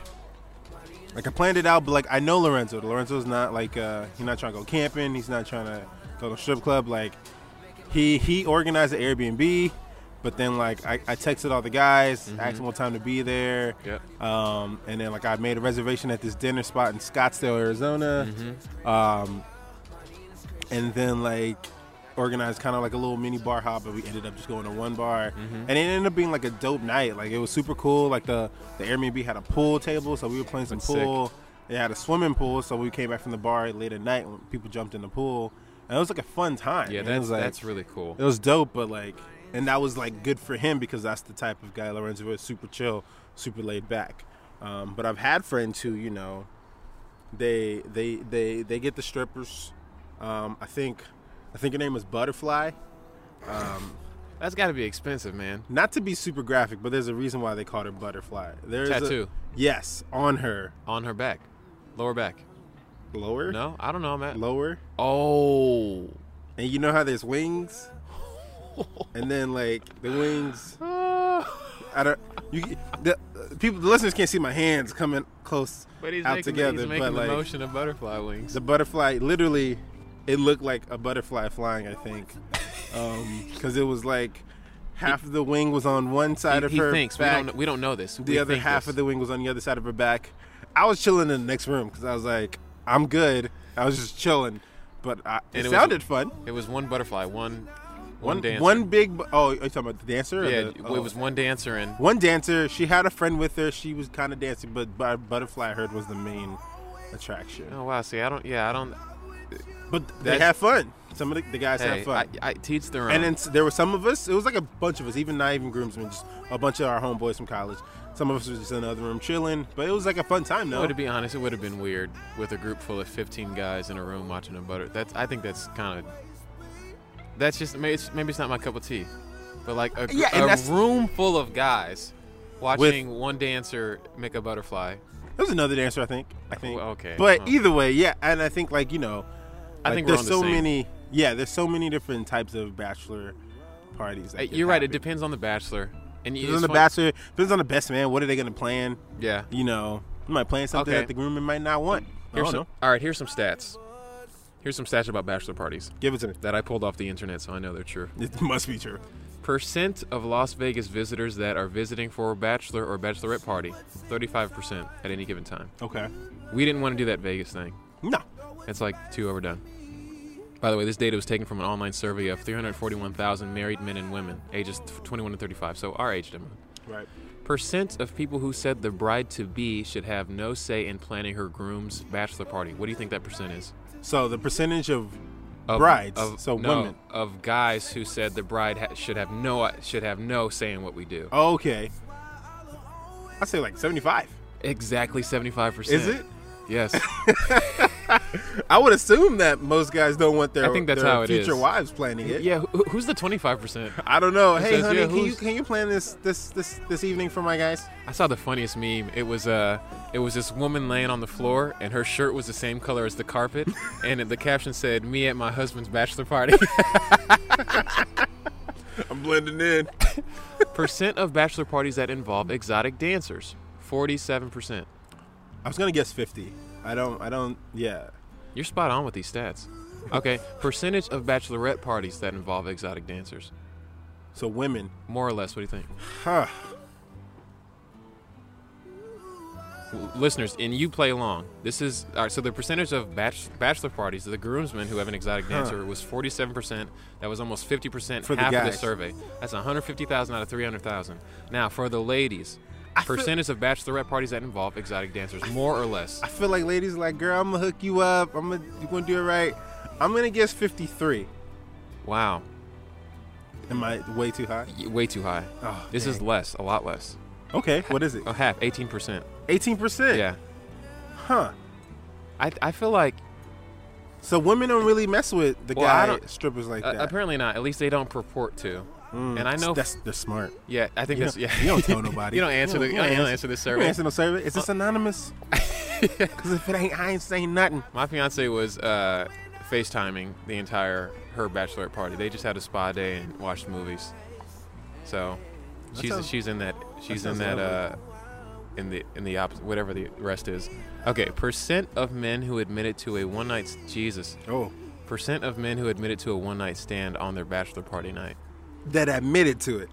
Speaker 1: Like I planned it out, but like I know Lorenzo. Lorenzo's not like uh he's not trying to go camping. He's not trying to go to a strip club. Like he he organized the Airbnb, but then like I, I texted all the guys, asked them what time to be there.
Speaker 2: Yep.
Speaker 1: Um, and then like I made a reservation at this dinner spot in Scottsdale, Arizona.
Speaker 2: Mm-hmm.
Speaker 1: Um, and then like organized kind of like a little mini bar hop, but we ended up just going to one bar,
Speaker 2: Mm-hmm.
Speaker 1: and it ended up being like a dope night. Like it was super cool. Like the the Airbnb had a pool table, so we were playing some
Speaker 2: That's sick.
Speaker 1: pool. They had a swimming pool, so we came back from the bar late at night when people jumped in the pool, and it was like a fun time.
Speaker 2: Yeah,
Speaker 1: And it
Speaker 2: that's
Speaker 1: was, like,
Speaker 2: that's really cool.
Speaker 1: it was dope, but like, and that was like good for him because that's the type of guy Lorenzo is super chill, super laid back. Um, but I've had friends who, you know, they they they they get the strippers. Um, I think I think her name was Butterfly.
Speaker 2: That's got to be expensive, man.
Speaker 1: Not to be super graphic, but there's a reason why they called her Butterfly. There's a-
Speaker 2: Tattoo.
Speaker 1: yes, on her
Speaker 2: On her back, lower back.
Speaker 1: lower,
Speaker 2: No, I don't know. I'm at.
Speaker 1: lower,
Speaker 2: Oh.
Speaker 1: and you know how there's
Speaker 2: <laughs>
Speaker 1: wings, and then like the wings. I don't. You, the, the people, the listeners can't see my hands coming close
Speaker 2: <laughs> But he's
Speaker 1: out
Speaker 2: making, the-
Speaker 1: together.
Speaker 2: he's making
Speaker 1: but
Speaker 2: the
Speaker 1: like
Speaker 2: motion of butterfly wings.
Speaker 1: the butterfly, literally, it looked like a butterfly flying. I think, because it was like half of the wing was on one side
Speaker 2: he
Speaker 1: of
Speaker 2: he
Speaker 1: her
Speaker 2: thinks we
Speaker 1: back,
Speaker 2: don't we don't know this.
Speaker 1: the
Speaker 2: We
Speaker 1: other
Speaker 2: think
Speaker 1: half
Speaker 2: this.
Speaker 1: of the wing was on the other side of her back. I was chilling in the next room because I was like, I'm good. I was just chilling, but I, it,
Speaker 2: And it was-
Speaker 1: sounded fun.
Speaker 2: It was one butterfly, one, one,
Speaker 1: One
Speaker 2: dancer.
Speaker 1: one big. bu- Oh, you talking about the dancer? or
Speaker 2: yeah,
Speaker 1: the-
Speaker 2: it
Speaker 1: oh.
Speaker 2: was one dancer and
Speaker 1: one dancer. She had a friend with her. She was kind of dancing, but Bu- butterfly I heard was the main attraction.
Speaker 2: oh wow, see, I don't, yeah, I don't.
Speaker 1: But they
Speaker 2: That's-
Speaker 1: had fun. Some of the, the guys
Speaker 2: Hey,
Speaker 1: had fun.
Speaker 2: I, I teach their own.
Speaker 1: And then s- there were some of us. It was like a bunch of us, even not even groomsmen, just a bunch of our homeboys from college. Some of us were just in another room chilling, but it was like a fun time though.
Speaker 2: Oh, to be honest, it would have been weird with a group full of 15 guys in a room watching a butter. That's I think that's kind of that's just maybe it's, maybe it's not my cup of tea, but like a, gr-
Speaker 1: Yeah, and
Speaker 2: a
Speaker 1: that's-
Speaker 2: room full of guys watching one dancer make a butterfly.
Speaker 1: There was another dancer, I think. I think.
Speaker 2: Well, okay.
Speaker 1: But
Speaker 2: Oh.
Speaker 1: either way, yeah, and I think like you know,
Speaker 2: I
Speaker 1: like,
Speaker 2: think we're
Speaker 1: there's
Speaker 2: on the
Speaker 1: so
Speaker 2: same.
Speaker 1: many. Yeah, there's so many different types of bachelor parties. that
Speaker 2: Hey,
Speaker 1: could
Speaker 2: Uh, You're right. It
Speaker 1: happen.
Speaker 2: depends on the bachelor. And you,
Speaker 1: Depends on the bachelor. Depends on the best man. What are they gonna plan?
Speaker 2: Yeah.
Speaker 1: You know, you might plan something
Speaker 2: Okay.
Speaker 1: that the groomman might not want. I
Speaker 2: Here's
Speaker 1: don't
Speaker 2: some,
Speaker 1: know.
Speaker 2: All right. Here's some stats. Here's some stats about bachelor parties
Speaker 1: Give it to me. <laughs>
Speaker 2: that I pulled off the internet, so I know they're true.
Speaker 1: It must be true.
Speaker 2: Percent of Las Vegas visitors that are visiting for a bachelor or bachelorette party, 35% at any given time.
Speaker 1: Okay.
Speaker 2: We didn't want to do that Vegas thing.
Speaker 1: No.
Speaker 2: It's like too overdone. By the way, this data was taken from an online survey of 341,000 married men and women, ages 21 to 35, so our age demo.
Speaker 1: Right.
Speaker 2: Percent of people who said the bride to be should have no say in planning her groom's bachelor party. What do you think that percent is?
Speaker 1: So the percentage of
Speaker 2: Of,
Speaker 1: Brides, so
Speaker 2: no,
Speaker 1: women.
Speaker 2: of guys who said the bride ha- should have no uh, should have no say in what we
Speaker 1: Oh.
Speaker 2: do.
Speaker 1: Okay. I say like 75.
Speaker 2: Exactly 75%.
Speaker 1: Is it? <laughs>
Speaker 2: Yes.
Speaker 1: I would assume that most guys don't want their,
Speaker 2: I think that's
Speaker 1: their
Speaker 2: how it
Speaker 1: future
Speaker 2: is.
Speaker 1: wives planning it.
Speaker 2: yeah, who, who's the 25%?
Speaker 1: I don't know. Hey,
Speaker 2: says,
Speaker 1: honey,
Speaker 2: yeah,
Speaker 1: can you
Speaker 2: who's-
Speaker 1: can you plan this this this this evening for my guys?
Speaker 2: I saw the funniest meme. It was uh, it was this woman laying on the floor, and her shirt was the same color as the carpet, and the caption said, "Me at my husband's bachelor party."
Speaker 1: I'm blending in.
Speaker 2: percent of bachelor parties that involve exotic dancers, forty-seven percent.
Speaker 1: I was gonna guess 50. I don't. I don't. Yeah.
Speaker 2: You're spot on with these stats. Okay, percentage of bachelorette parties that involve exotic dancers,
Speaker 1: So women,
Speaker 2: more or less. What do you think,
Speaker 1: huh?
Speaker 2: L- listeners? And you play along. This is all right. So the percentage of bach- bachelor parties, the groomsmen who have an exotic dancer, was forty-seven percent. That was almost fifty percent
Speaker 1: For the
Speaker 2: half of the
Speaker 1: guys.
Speaker 2: survey. That's one hundred fifty thousand out of three hundred thousand. Now for the ladies,
Speaker 1: feel-
Speaker 2: percentage of bachelorette parties that involve exotic dancers, more or less.
Speaker 1: I feel like ladies are like, girl, I'm gonna hook you up. I'm gonna you gonna do it right. I'm gonna guess 53.
Speaker 2: Wow,
Speaker 1: Am I way too high?
Speaker 2: Y- way too high.
Speaker 1: Oh,
Speaker 2: this is
Speaker 1: dang.
Speaker 2: less, a lot less.
Speaker 1: Okay. What is it?
Speaker 2: Oh, half, eighteen percent.
Speaker 1: 18%.
Speaker 2: Yeah,
Speaker 1: Huh.
Speaker 2: I I feel like
Speaker 1: So women don't really mess with the
Speaker 2: Well, I
Speaker 1: guy
Speaker 2: don't-
Speaker 1: strippers like
Speaker 2: uh,
Speaker 1: that.
Speaker 2: apparently not. At least they don't purport to.
Speaker 1: Mm,
Speaker 2: and I know-
Speaker 1: that's they're
Speaker 2: <laughs>
Speaker 1: smart.
Speaker 2: Yeah, I think
Speaker 1: You
Speaker 2: that's
Speaker 1: don't-
Speaker 2: yeah.
Speaker 1: you don't
Speaker 2: <laughs>
Speaker 1: tell nobody.
Speaker 2: you don't answer the.
Speaker 1: You
Speaker 2: You
Speaker 1: don't
Speaker 2: don't
Speaker 1: answer-
Speaker 2: answer the
Speaker 1: You
Speaker 2: survey.
Speaker 1: answer no survey. Is
Speaker 2: Uh,
Speaker 1: this
Speaker 2: <laughs>
Speaker 1: anonymous? Because if it ain't, I ain't saying nothing.
Speaker 2: My fiance was uh, FaceTiming the entire her bachelorette party. They just had a spa day and watched movies. So
Speaker 1: That
Speaker 2: she's
Speaker 1: sounds-
Speaker 2: she's in that she's in
Speaker 1: sounds
Speaker 2: that uh,
Speaker 1: lovely.
Speaker 2: in the in the opposite whatever the rest is. Okay, percent of men who admitted to a one night Jesus
Speaker 1: Oh,
Speaker 2: percent of men who admitted to a one night stand on their bachelor party night.
Speaker 1: that admitted to
Speaker 2: <laughs>
Speaker 1: it.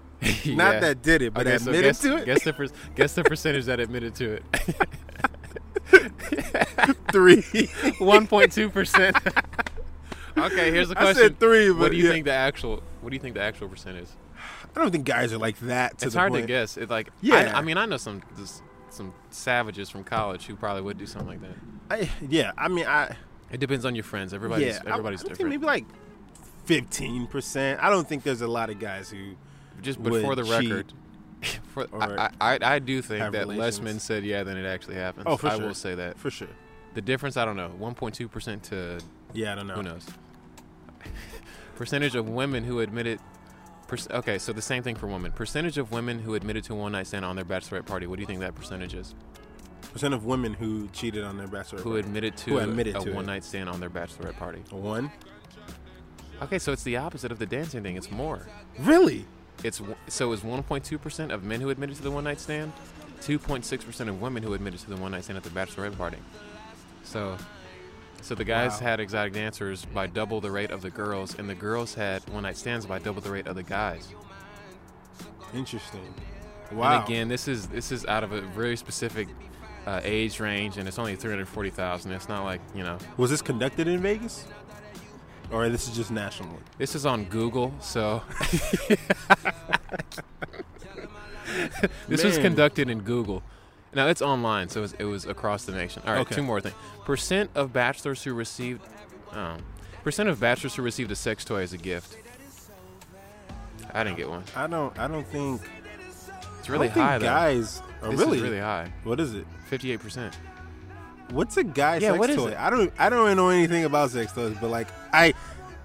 Speaker 2: Yeah.
Speaker 1: Not that did it, but
Speaker 2: Okay, so
Speaker 1: admitted
Speaker 2: guess,
Speaker 1: to it.
Speaker 2: Guess the per- guess the percentage that admitted to it. <laughs>
Speaker 1: three.
Speaker 2: One point two percent. <laughs> Okay, here's the
Speaker 1: I said
Speaker 2: question.
Speaker 1: three, but
Speaker 2: what do you
Speaker 1: yeah.
Speaker 2: think the actual? What do you think the actual percent is?
Speaker 1: I don't think guys are like that. To
Speaker 2: it's
Speaker 1: the
Speaker 2: hard
Speaker 1: point.
Speaker 2: to guess. It like
Speaker 1: Yeah.
Speaker 2: I, I mean, I know some just, some savages from college who probably would do something like that.
Speaker 1: I, yeah, I mean, I.
Speaker 2: It depends on your friends. Everybody's
Speaker 1: yeah, I-
Speaker 2: everybody's
Speaker 1: I, would think
Speaker 2: different.
Speaker 1: maybe like fifteen percent. I don't think there's a lot of guys who.
Speaker 2: Just
Speaker 1: would
Speaker 2: before the
Speaker 1: cheat
Speaker 2: record, <laughs> for,
Speaker 1: or
Speaker 2: I, I I do think
Speaker 1: have
Speaker 2: that less
Speaker 1: relations.
Speaker 2: men said yeah than it actually happens.
Speaker 1: Oh, for
Speaker 2: I
Speaker 1: sure.
Speaker 2: will say that
Speaker 1: For sure.
Speaker 2: the difference. I don't know. One point two percent to
Speaker 1: Yeah, I don't know.
Speaker 2: Who knows? <laughs> Percentage of women who admitted. Per, okay, so the same thing for women. Percentage of women who admitted to a one night stand on their bachelorette party. What do you think that percentage is?
Speaker 1: Percent of women who cheated on their bachelor.
Speaker 2: Who admitted to
Speaker 1: Who admitted
Speaker 2: a
Speaker 1: to it.
Speaker 2: one night stand on their bachelorette party?
Speaker 1: One.
Speaker 2: Okay, so it's the opposite of the dancing thing. It's more.
Speaker 1: Really?
Speaker 2: It's w- so it's 1.2 percent of men who admitted to the one night stand, 2.6 percent of women who admitted to the one night stand at the bachelorette party. So, so the guys
Speaker 1: Wow.
Speaker 2: had exotic dancers by double the rate of the girls, and the girls had one night stands by double the rate of the guys.
Speaker 1: Interesting. Wow.
Speaker 2: And again, this is this is out of a very specific uh, age range, and it's only 340,000. It's not like you know.
Speaker 1: Was this conducted in Vegas? Or this is just nationally?
Speaker 2: This is on Google, so <laughs> this was
Speaker 1: Man.
Speaker 2: conducted in Google. Now it's online, so it was, it was across the nation. All right,
Speaker 1: Okay.
Speaker 2: two more things. Percent of bachelors who received, um, percent of bachelors who received a sex toy as a gift. I didn't get one.
Speaker 1: I don't. I don't think.
Speaker 2: It's really
Speaker 1: I don't think
Speaker 2: high though.
Speaker 1: guys are
Speaker 2: This
Speaker 1: really.
Speaker 2: is really high.
Speaker 1: What is it?
Speaker 2: Fifty-eight percent.
Speaker 1: What's a guy
Speaker 2: Yeah,
Speaker 1: sex
Speaker 2: what is
Speaker 1: toy?
Speaker 2: it?
Speaker 1: I don't. I don't really know anything about sex toys, but like I,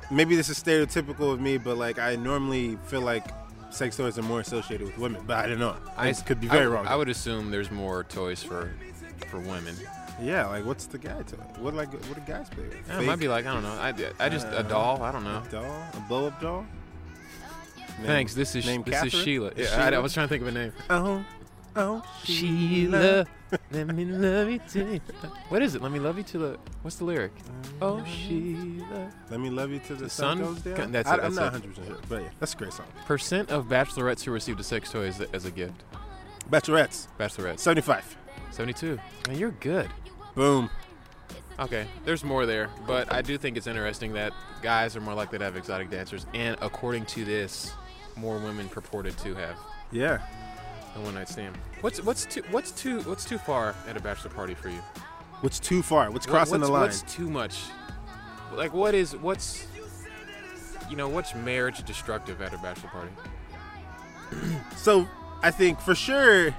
Speaker 1: maybe this is stereotypical of me, but like I normally feel like sex toys are more associated with women, but I don't know. I could be very wrong.
Speaker 2: I would assume there's more toys for for women.
Speaker 1: Yeah, like what's the guy toy? What like what do guys play with?
Speaker 2: Yeah, it might be like I don't know. I, I just a
Speaker 1: Uh,
Speaker 2: doll. I don't know.
Speaker 1: doll, a blow up doll. Name-
Speaker 2: Thanks. This is
Speaker 1: name
Speaker 2: this is
Speaker 1: Catherine?
Speaker 2: Sheila. Yeah,
Speaker 1: Is
Speaker 2: I, I
Speaker 1: Sheila?
Speaker 2: was trying to think of
Speaker 1: <laughs>
Speaker 2: a name.
Speaker 1: Oh, oh,
Speaker 2: Sheila, <laughs> let me love you too. What is it? Let me love you to the. What's the lyric?
Speaker 1: Uh,
Speaker 2: Oh, Sheila.
Speaker 1: Let me love you till the,
Speaker 2: The
Speaker 1: sun,
Speaker 2: sun?
Speaker 1: goes down.
Speaker 2: Ca- that's
Speaker 1: I,
Speaker 2: it,
Speaker 1: I'm
Speaker 2: that's
Speaker 1: not
Speaker 2: it.
Speaker 1: 100 percent sure, but yeah, that's a great song.
Speaker 2: Percent of bachelorettes who received a sex toy as a, as a gift.
Speaker 1: Bachelorettes,
Speaker 2: Bachelorettes.
Speaker 1: 75.
Speaker 2: 72. Man, you're good.
Speaker 1: Boom.
Speaker 2: Okay, there's more there, but I do think it's interesting that guys are more likely to have exotic dancers, and according to this, more women purported to have
Speaker 1: Yeah.
Speaker 2: a one night stand. What's what's too what's too what's too far at a bachelor party for you?
Speaker 1: What's too far? What's
Speaker 2: What-
Speaker 1: crossing
Speaker 2: what's,
Speaker 1: the line?
Speaker 2: What's too much? Like, what is what's you know what's marriage destructive at a bachelor party?
Speaker 1: So I think for sure,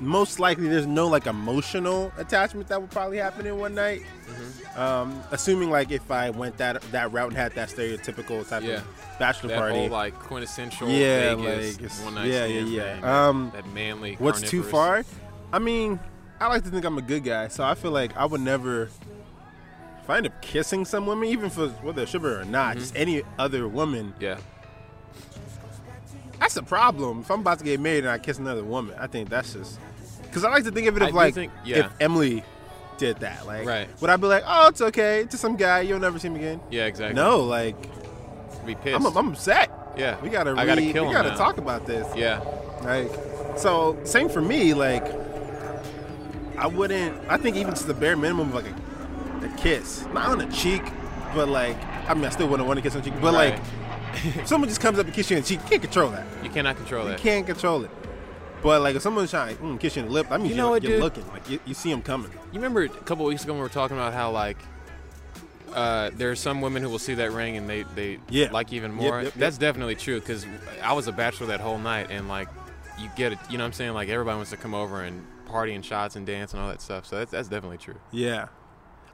Speaker 1: most likely there's no like emotional attachment that would probably happen in one night. Um, assuming like if I went that that route and had that stereotypical type
Speaker 2: Yeah.
Speaker 1: of bachelor
Speaker 2: That
Speaker 1: party.
Speaker 2: whole like quintessential
Speaker 1: Yeah,
Speaker 2: Vegas
Speaker 1: like, it's-
Speaker 2: one night
Speaker 1: yeah, yeah,
Speaker 2: stand
Speaker 1: yeah.
Speaker 2: thing,
Speaker 1: Um,
Speaker 2: that manly.
Speaker 1: What's too
Speaker 2: carnivorous-
Speaker 1: far? I mean, I like to think I'm a good guy, so I feel like I would never. If I end up kissing some woman, even for whether a shiver or not, just any other woman,
Speaker 2: Yeah,
Speaker 1: that's a problem. If I'm about to get married and I kiss another woman, I think that's just because I like to think of it
Speaker 2: I
Speaker 1: of
Speaker 2: do
Speaker 1: like
Speaker 2: think-
Speaker 1: if
Speaker 2: yeah.
Speaker 1: Emily did that, like
Speaker 2: Right.
Speaker 1: would I be like, oh, it's okay to some guy you'll never see him again?
Speaker 2: yeah, exactly.
Speaker 1: No, like
Speaker 2: be pissed.
Speaker 1: I'm, I'm upset.
Speaker 2: yeah,
Speaker 1: We gotta,
Speaker 2: I gotta
Speaker 1: re-
Speaker 2: kill
Speaker 1: we
Speaker 2: him
Speaker 1: gotta
Speaker 2: now.
Speaker 1: talk about this.
Speaker 2: Yeah,
Speaker 1: Like, so same for me. Like, I wouldn't. I think even just the bare minimum, of like a, a kiss, not on the cheek, but like, I mean, I still wouldn't want to kiss on the cheek. But
Speaker 2: Right.
Speaker 1: like, if someone just comes up and kisses you on the cheek, you can't control that.
Speaker 2: you cannot control
Speaker 1: You
Speaker 2: that.
Speaker 1: can't control it. But like, if someone's trying to mm, kiss you on the lip, I mean,
Speaker 2: You
Speaker 1: you
Speaker 2: know
Speaker 1: are
Speaker 2: what,
Speaker 1: you're
Speaker 2: dude?
Speaker 1: looking. Like, you, you see them coming.
Speaker 2: You remember a couple weeks ago when we were talking about how like uh, there are some women who will see that ring and they they
Speaker 1: Yeah.
Speaker 2: like even
Speaker 1: Yep,
Speaker 2: more.
Speaker 1: yep, yep.
Speaker 2: That's definitely true because I was a bachelor that whole night and like you get it. You know what I'm saying? Like everybody wants to come over and party and shots and dance and all that stuff. So that's that's definitely true.
Speaker 1: Yeah.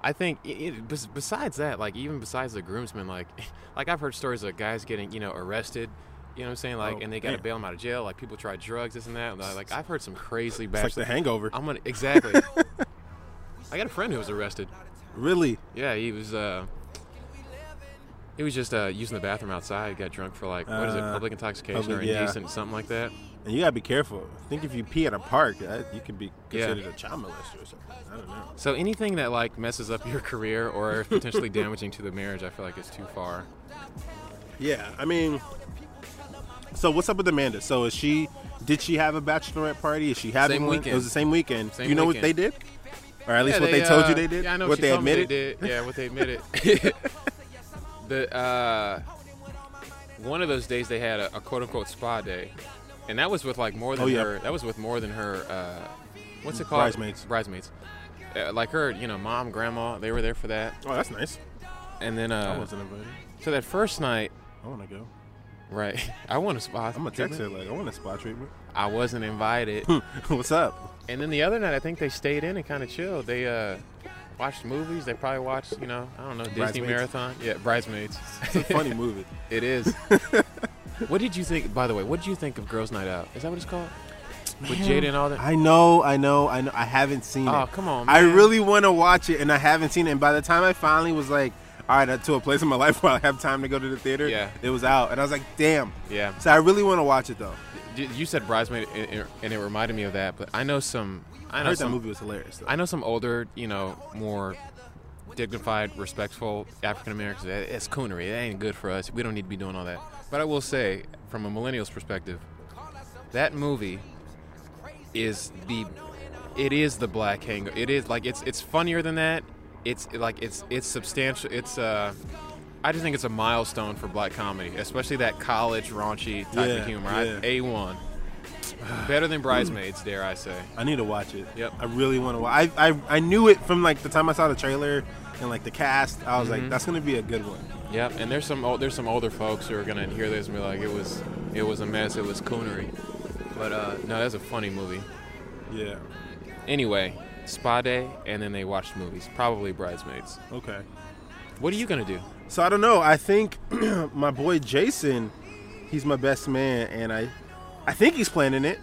Speaker 2: I think i it, bes- besides that, like even besides the groomsmen, like <laughs> like I've heard stories of guys getting you know arrested. You know what I'm saying? Like
Speaker 1: Oh,
Speaker 2: and they got to
Speaker 1: man.
Speaker 2: bail them out of jail. Like people try drugs, this and that. Like, like, I've heard some crazy
Speaker 1: It's like
Speaker 2: bachelor.
Speaker 1: the hangover.
Speaker 2: I'm gonna exactly.
Speaker 1: <laughs>
Speaker 2: I got a friend who was arrested.
Speaker 1: really?
Speaker 2: Yeah, he was. Uh, he was just uh, using the bathroom outside. Got drunk for like what is it?
Speaker 1: Uh,
Speaker 2: Public intoxication
Speaker 1: public-
Speaker 2: or
Speaker 1: yeah.
Speaker 2: indecent, something like that.
Speaker 1: And you gotta be careful. I think if you pee at a park, that, you could be
Speaker 2: Yeah.
Speaker 1: considered a child molester or something. I don't know.
Speaker 2: So anything that like messes up your <laughs> career or is potentially damaging to the marriage, I feel like is too far.
Speaker 1: Yeah, I mean, so what's up with Amanda? So is she? Did she have a bachelorette party? Is she having
Speaker 2: Same
Speaker 1: one?
Speaker 2: weekend.
Speaker 1: It was the same weekend.
Speaker 2: Same
Speaker 1: you know what
Speaker 2: weekend.
Speaker 1: they did, or at least
Speaker 2: Yeah,
Speaker 1: what they, told
Speaker 2: uh,
Speaker 1: you they did.
Speaker 2: Yeah, I know
Speaker 1: what
Speaker 2: she
Speaker 1: they
Speaker 2: told me
Speaker 1: admitted.
Speaker 2: did. Yeah, what
Speaker 1: <laughs>
Speaker 2: they admitted. <laughs> the uh, one of those days they had a, a quote unquote spa day, and that was with like more than
Speaker 1: Oh, yeah.
Speaker 2: her. That was with more than her. Uh, what's it called?
Speaker 1: Bridesmaids.
Speaker 2: Bridesmaids. Uh, like her, you know, mom, grandma, they were there for that.
Speaker 1: Oh, that's nice.
Speaker 2: And then,
Speaker 1: I
Speaker 2: uh,
Speaker 1: wasn't invited.
Speaker 2: so that first night,
Speaker 1: I want to go.
Speaker 2: right? <laughs> I want a spa.
Speaker 1: I'm gonna text her
Speaker 2: treatment.
Speaker 1: like I want a Hmm. spa treatment. <laughs>
Speaker 2: I wasn't invited.
Speaker 1: what's up?
Speaker 2: And then the other night, I think they stayed in and kind of chilled. They uh, watched movies. They probably watched, you know, I don't know, Disney
Speaker 1: Bridesmaids.
Speaker 2: Marathon. Yeah,
Speaker 1: <laughs>
Speaker 2: Bridesmaids.
Speaker 1: It's a funny movie.
Speaker 2: it is. <laughs> what did you think, by the way, what did you think of Girls Night Out? Is that what it's called? With Jada and all
Speaker 1: <laughs>
Speaker 2: that?
Speaker 1: I know, I know, I know. I haven't seen
Speaker 2: Oh,
Speaker 1: it.
Speaker 2: come on,
Speaker 1: I
Speaker 2: man.
Speaker 1: really want to watch it, and I haven't seen it. And by the time I finally was like, all right, uh, to a place in my <laughs> life where I have time to go to the theater,
Speaker 2: Yeah.
Speaker 1: it was out, and I was like, damn.
Speaker 2: yeah.
Speaker 1: So I really want to watch it though.
Speaker 2: You you said Bridesmaid, and it- and it reminded me of that, but I know some.
Speaker 1: I
Speaker 2: I know
Speaker 1: heard that
Speaker 2: some,
Speaker 1: movie was hilarious. Though.
Speaker 2: I know some older, you know, more dignified, respectful African Americans. "Eh, It's coonery. It ain't good for us. We don't need to be doing all that. But I will say, from a millennial's perspective, that movie is the it is the black hangover. It is like it's it's funnier than that. It's like it's it's substantial. It's uh, I just think it's a milestone for black comedy, especially that college raunchy type
Speaker 1: Yeah,
Speaker 2: of humor.
Speaker 1: yeah.
Speaker 2: I A one, better than bridesmaids, dare I say?
Speaker 1: I need to watch it.
Speaker 2: Yep.
Speaker 1: I really want to watch. I, I I knew it from like the time I saw the trailer and like the cast. I was
Speaker 2: Mm-hmm.
Speaker 1: like, that's gonna be a good one.
Speaker 2: Yep. And there's some old, there's some older folks who are gonna hear this and be like, it was it was a mess. It was coonery. But uh, no, that's a funny movie.
Speaker 1: Yeah.
Speaker 2: Anyway, spa day, and then they watched movies, probably bridesmaids.
Speaker 1: Okay.
Speaker 2: What are you gonna do?
Speaker 1: So I don't know. I think <clears throat> my boy Jason, he's my best man, and I, I think he's planning it.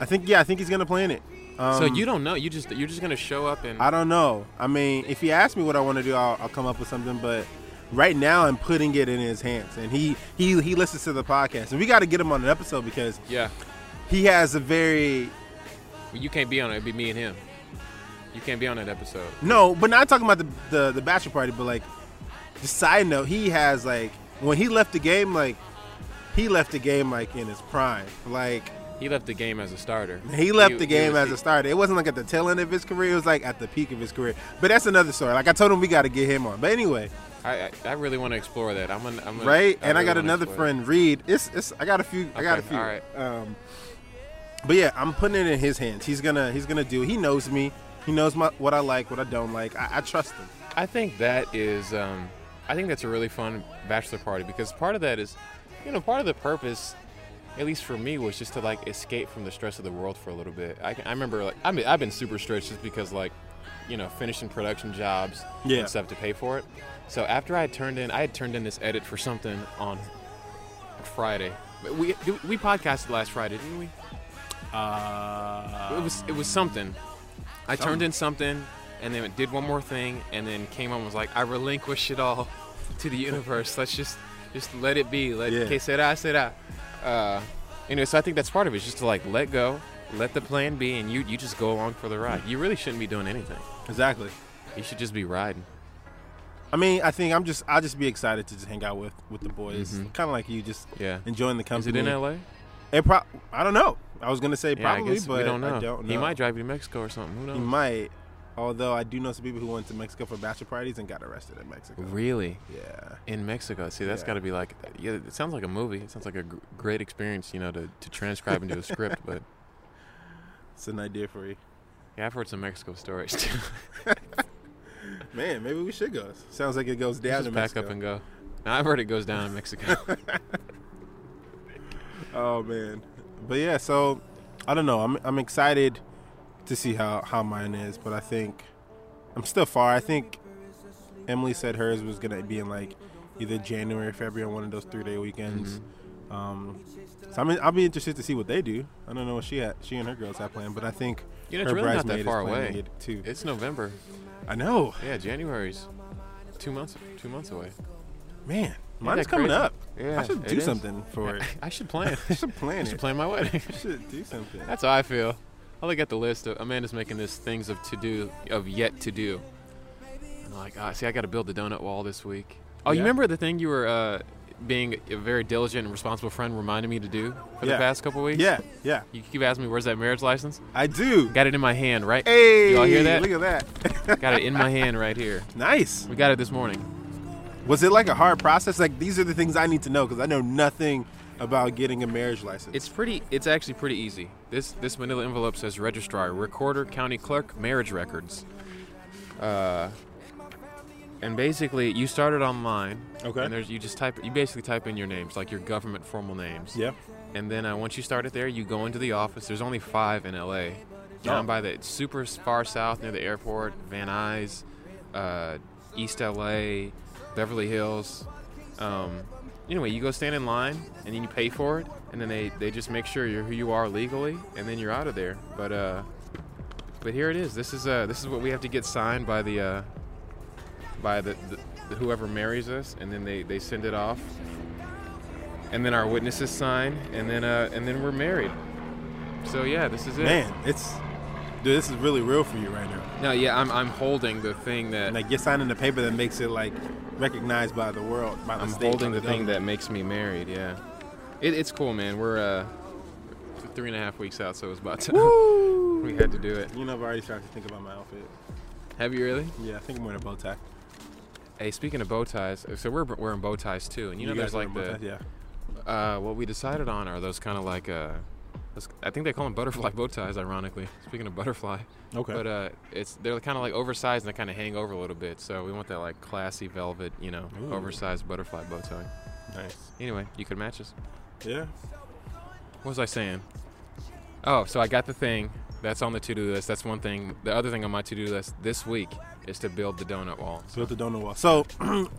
Speaker 1: I think yeah, I think he's gonna plan it. Um,
Speaker 2: so you don't know. You just you're just gonna show up and
Speaker 1: I don't know. I mean, if he asks me what I want to do, I'll, I'll come up with something. But right now, I'm putting it in his hands, and he he he listens to the podcast, and we got to get him on an episode because
Speaker 2: yeah.
Speaker 1: he has a very
Speaker 2: You can't be on it. It'd be me and him. You can't be on that episode.
Speaker 1: No, but not talking about the, the the bachelor party, but like just side note, he has like when he left the game, like he left the game like in his prime. Like
Speaker 2: He left the game as a starter.
Speaker 1: he left
Speaker 2: He-
Speaker 1: the
Speaker 2: he
Speaker 1: game
Speaker 2: was-
Speaker 1: as a starter. It wasn't like at the tail end of his career, it was like at the peak of his career. But that's another story. Like I told him we gotta get him on. But anyway,
Speaker 2: I, I, I really want to explore that. I'm gonna. I'm gonna
Speaker 1: right? and I
Speaker 2: really
Speaker 1: got
Speaker 2: wanna
Speaker 1: another
Speaker 2: explore that.
Speaker 1: friend, Reed. It's it's I got a few I got a
Speaker 2: Okay,
Speaker 1: few.
Speaker 2: all right.
Speaker 1: Um But yeah, I'm putting it in his hands. He's gonna he's gonna do it. He knows me. He knows my what I like, what I don't like. I, I trust him.
Speaker 2: I think that is. Um, I think that's a really fun bachelor party because part of that is, you know, part of the purpose, at least for me, was just to like escape from the stress of the world for a little bit. I, can- I remember like I mean I've been super stressed just because like, you know, finishing production jobs
Speaker 1: Yeah.
Speaker 2: and stuff to pay for it. So after I had turned in, I had turned in this edit for something on Friday. But We do- we podcasted last Friday, didn't we?
Speaker 1: Uh
Speaker 2: it was it was something. I turned in something, and then did one more thing, and then came home and was like, I relinquish it all <laughs> to the universe. Let's just just let it be. Let
Speaker 1: Yeah.
Speaker 2: que será será. Uh, anyway, so I think that's part of it, is just to like let go, let the plan be, and you you just go along for the ride. You really shouldn't be doing anything.
Speaker 1: Exactly.
Speaker 2: You should just be riding.
Speaker 1: I mean, I think I'm just I'll just be excited to just hang out with with the boys, kind of like you, just
Speaker 2: Mm-hmm. Yeah.
Speaker 1: enjoying the
Speaker 2: Is it
Speaker 1: company.
Speaker 2: in L.A.?
Speaker 1: It pro- I don't know. I was gonna say
Speaker 2: Yeah,
Speaker 1: probably,
Speaker 2: I guess
Speaker 1: but
Speaker 2: we don't know.
Speaker 1: I don't know.
Speaker 2: He might drive you to Mexico or something. Who knows?
Speaker 1: He might. Although I do know some people who went to Mexico for bachelor parties and got arrested in Mexico.
Speaker 2: Really?
Speaker 1: Yeah.
Speaker 2: In Mexico. See, that's
Speaker 1: Yeah.
Speaker 2: got to be like, yeah, it sounds like a movie. It sounds like a gr- great experience, you know, to, to transcribe into a script.
Speaker 1: <laughs>
Speaker 2: But
Speaker 1: It's an idea for you,
Speaker 2: yeah, I've heard some Mexico stories too.
Speaker 1: man. Maybe we should go. Sounds like it goes down
Speaker 2: Just
Speaker 1: to
Speaker 2: pack
Speaker 1: Mexico.
Speaker 2: up and go. Now, I've heard it goes down in Mexico.
Speaker 1: <laughs> oh man, but yeah. So I don't know. I'm I'm excited to see how how mine is, but I think I'm still far. I think Emily said hers was gonna be in like either January, February, on one of those three day weekends.
Speaker 2: Mm-hmm.
Speaker 1: Um, so I'm I'll be interested to see what they do. I don't know what she had, she and her girls have planned, but I think
Speaker 2: You know, it's
Speaker 1: her
Speaker 2: really not
Speaker 1: bridesmaid
Speaker 2: that
Speaker 1: is
Speaker 2: far
Speaker 1: planning
Speaker 2: away.
Speaker 1: it too.
Speaker 2: It's November.
Speaker 1: I know,
Speaker 2: Yeah, January's two months two months away.
Speaker 1: man. Mine's
Speaker 2: that
Speaker 1: coming
Speaker 2: crazy?
Speaker 1: up.
Speaker 2: Yeah,
Speaker 1: I should
Speaker 2: it
Speaker 1: do
Speaker 2: is.
Speaker 1: something for
Speaker 2: <laughs>
Speaker 1: it.
Speaker 2: I
Speaker 1: <laughs>
Speaker 2: should plan.
Speaker 1: I should plan
Speaker 2: I
Speaker 1: it.
Speaker 2: should plan my wedding.
Speaker 1: I should do something.
Speaker 2: that's how I feel. I look at the list. Of, Amanda's making this things of to do of yet to do. And I'm like, ah, see, I got to build the donut wall this week. Oh, you
Speaker 1: Yeah.
Speaker 2: remember the thing you were uh, being a very diligent and responsible friend reminded me to do for
Speaker 1: Yeah.
Speaker 2: the past couple weeks?
Speaker 1: Yeah, yeah,
Speaker 2: You keep asking me, where's that marriage license?
Speaker 1: I do.
Speaker 2: Got it in my hand, right?
Speaker 1: Hey,
Speaker 2: You all hear that?
Speaker 1: Look at that. <laughs>
Speaker 2: Got it in my hand right here.
Speaker 1: nice.
Speaker 2: We got it this morning.
Speaker 1: Was it like a hard process? Like these are the things I need to know because I know nothing about getting a marriage license.
Speaker 2: It's pretty. It's actually pretty easy. This this manila envelope says registrar, recorder, county clerk, marriage records. Uh, and basically, you start it online.
Speaker 1: Okay.
Speaker 2: And there's you just type. You basically type in your names, like your government formal names.
Speaker 1: yeah.
Speaker 2: And then uh, once you start it there, you go into the office. There's only five in LA. Down by the super far south near the airport, Van Nuys, uh, East LA, Beverly Hills. Um, anyway, you go stand in line and then you pay for it. And then they, they just make sure you're who you are legally and then you're out of there. But uh, but here it is. This is uh, this is what we have to get signed by the uh, by the, the, the whoever marries us, and then they, they send it off, and then our witnesses sign, and then uh, and then we're married. So yeah, this is it.
Speaker 1: Man, it's dude. This is really real for you right now.
Speaker 2: No, yeah, I'm, I'm holding the thing that
Speaker 1: Like you're signing the paper that makes it like recognized by the world. By the
Speaker 2: I'm
Speaker 1: state,
Speaker 2: holding
Speaker 1: by
Speaker 2: the thing
Speaker 1: government.
Speaker 2: that makes me married. Yeah, it, it's cool, man. We're uh, th- three and a half weeks out, so it's about time. <laughs>
Speaker 1: Woo!
Speaker 2: We had to do it.
Speaker 1: You know, I've already started to think about my outfit.
Speaker 2: Have you really?
Speaker 1: Yeah, I think I'm wearing a bow tie.
Speaker 2: Hey, speaking of bow ties, so we're wearing bow ties too, and you know
Speaker 1: guys
Speaker 2: there's like
Speaker 1: wearing bow
Speaker 2: the
Speaker 1: ties?
Speaker 2: uh, what we decided on are those kind of like uh, those- I think they call them butterfly bow ties. Ironically, speaking of butterfly,
Speaker 1: yeah. Okay.
Speaker 2: but uh, it's they're kind of like oversized and they kind of hang over a little bit. So we want that like classy velvet, you know,
Speaker 1: Ooh.
Speaker 2: oversized butterfly bow tie.
Speaker 1: nice.
Speaker 2: Anyway, you could match us.
Speaker 1: Yeah.
Speaker 2: What was I saying? Oh, so I got the thing. That's on the to-do list. That's one thing. The other thing on my to-do list this week is to build the donut wall.
Speaker 1: Built the donut wall. So,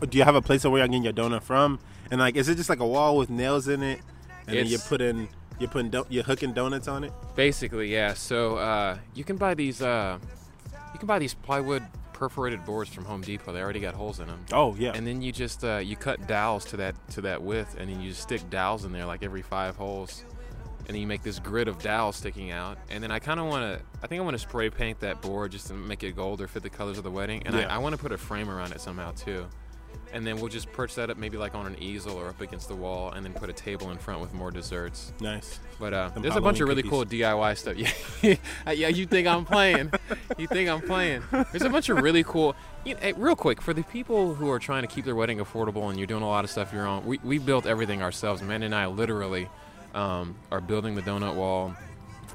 Speaker 1: <clears throat> do you have a place where you're getting your donut from? And like, is it just like a wall with nails in it, and then
Speaker 2: It's-
Speaker 1: you're putting you're putting do- you're hooking donuts on it?
Speaker 2: Basically, yeah. So uh, you can buy these. Uh, you can buy these plywood perforated boards from Home Depot. They already got holes in them.
Speaker 1: Oh yeah.
Speaker 2: And then you just uh, you cut dowels to that to that width, and then you just stick dowels in there like every five holes, and then you make this grid of dowels sticking out. And then I kind of want to, I think I want to spray paint that board just to make it gold or fit the colors of the wedding. And
Speaker 1: Yeah.
Speaker 2: I, I want to put a frame around it somehow too. And then we'll just perch that up maybe like on an easel or up against the wall, and then put a table in front with more desserts.
Speaker 1: nice.
Speaker 2: But uh,
Speaker 1: Them
Speaker 2: there's a bunch of really
Speaker 1: Halloween
Speaker 2: cool DIY stuff. <laughs> Yeah, yeah. You think I'm playing? you think I'm playing? There's a bunch of really cool. You hey, real quick for the people who are trying to keep their wedding affordable and you're doing a lot of stuff your own. We, we built everything ourselves. Amanda and I literally um, are building the donut wall.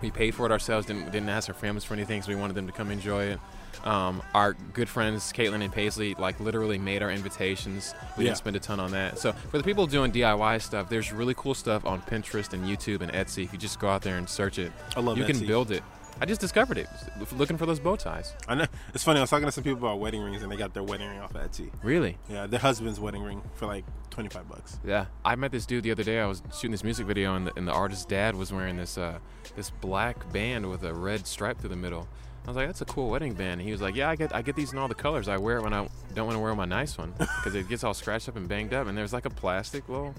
Speaker 2: We paid for it ourselves. Didn't didn't ask our families for anything, so we wanted them to come enjoy it. Um, our good friends Caitlin and Paisley like literally made our invitations. We
Speaker 1: Yeah.
Speaker 2: didn't spend a ton on that. So for the people doing DIY stuff, there's really cool stuff on Pinterest and YouTube and Etsy. If you just go out there and search it,
Speaker 1: I love
Speaker 2: you can
Speaker 1: Etsy.
Speaker 2: build it. I just discovered it looking for those bow ties.
Speaker 1: I know it's funny. I was talking to some people about wedding rings, and they got their wedding ring off of Etsy.
Speaker 2: Really?
Speaker 1: Yeah, their husband's wedding ring for like twenty five bucks.
Speaker 2: Yeah. I met this dude the other day. I was shooting this music video, and the, and the artist's dad was wearing this uh, this black band with a red stripe through the middle. I was like, "That's a cool wedding band." And he was like, "Yeah, I get I get these in all the colors. I wear it when I don't want to wear my nice one because it gets all scratched up and banged up. And there's like a plastic little.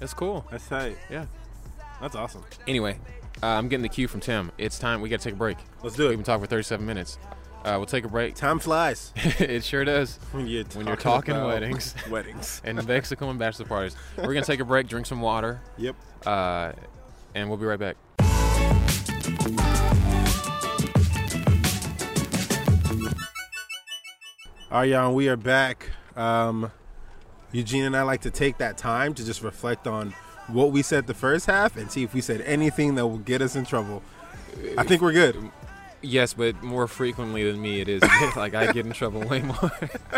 Speaker 2: It's cool.
Speaker 1: That's tight.
Speaker 2: Yeah.
Speaker 1: That's awesome.
Speaker 2: Anyway, uh, I'm getting the cue from Tim. It's time. We got to take a break.
Speaker 1: Let's do
Speaker 2: We've been
Speaker 1: it.
Speaker 2: talking for 37 minutes. Uh, we'll take a break. <laughs>
Speaker 1: Time flies <laughs>
Speaker 2: it sure does.
Speaker 1: when you're
Speaker 2: When you're talking
Speaker 1: about
Speaker 2: weddings.
Speaker 1: <laughs> Weddings.
Speaker 2: And Mexico and bachelor parties. We're going to take a break, drink some water,
Speaker 1: Yep.
Speaker 2: uh, and we'll be right back.
Speaker 1: All right, y'all, we are back. Um, Eugene and I like to take that time to just reflect on what we said the first half and see if we said anything that will get us in trouble. I think we're good.
Speaker 2: Yes, but more frequently than me, it is. <laughs> like, I get in trouble way more. <laughs>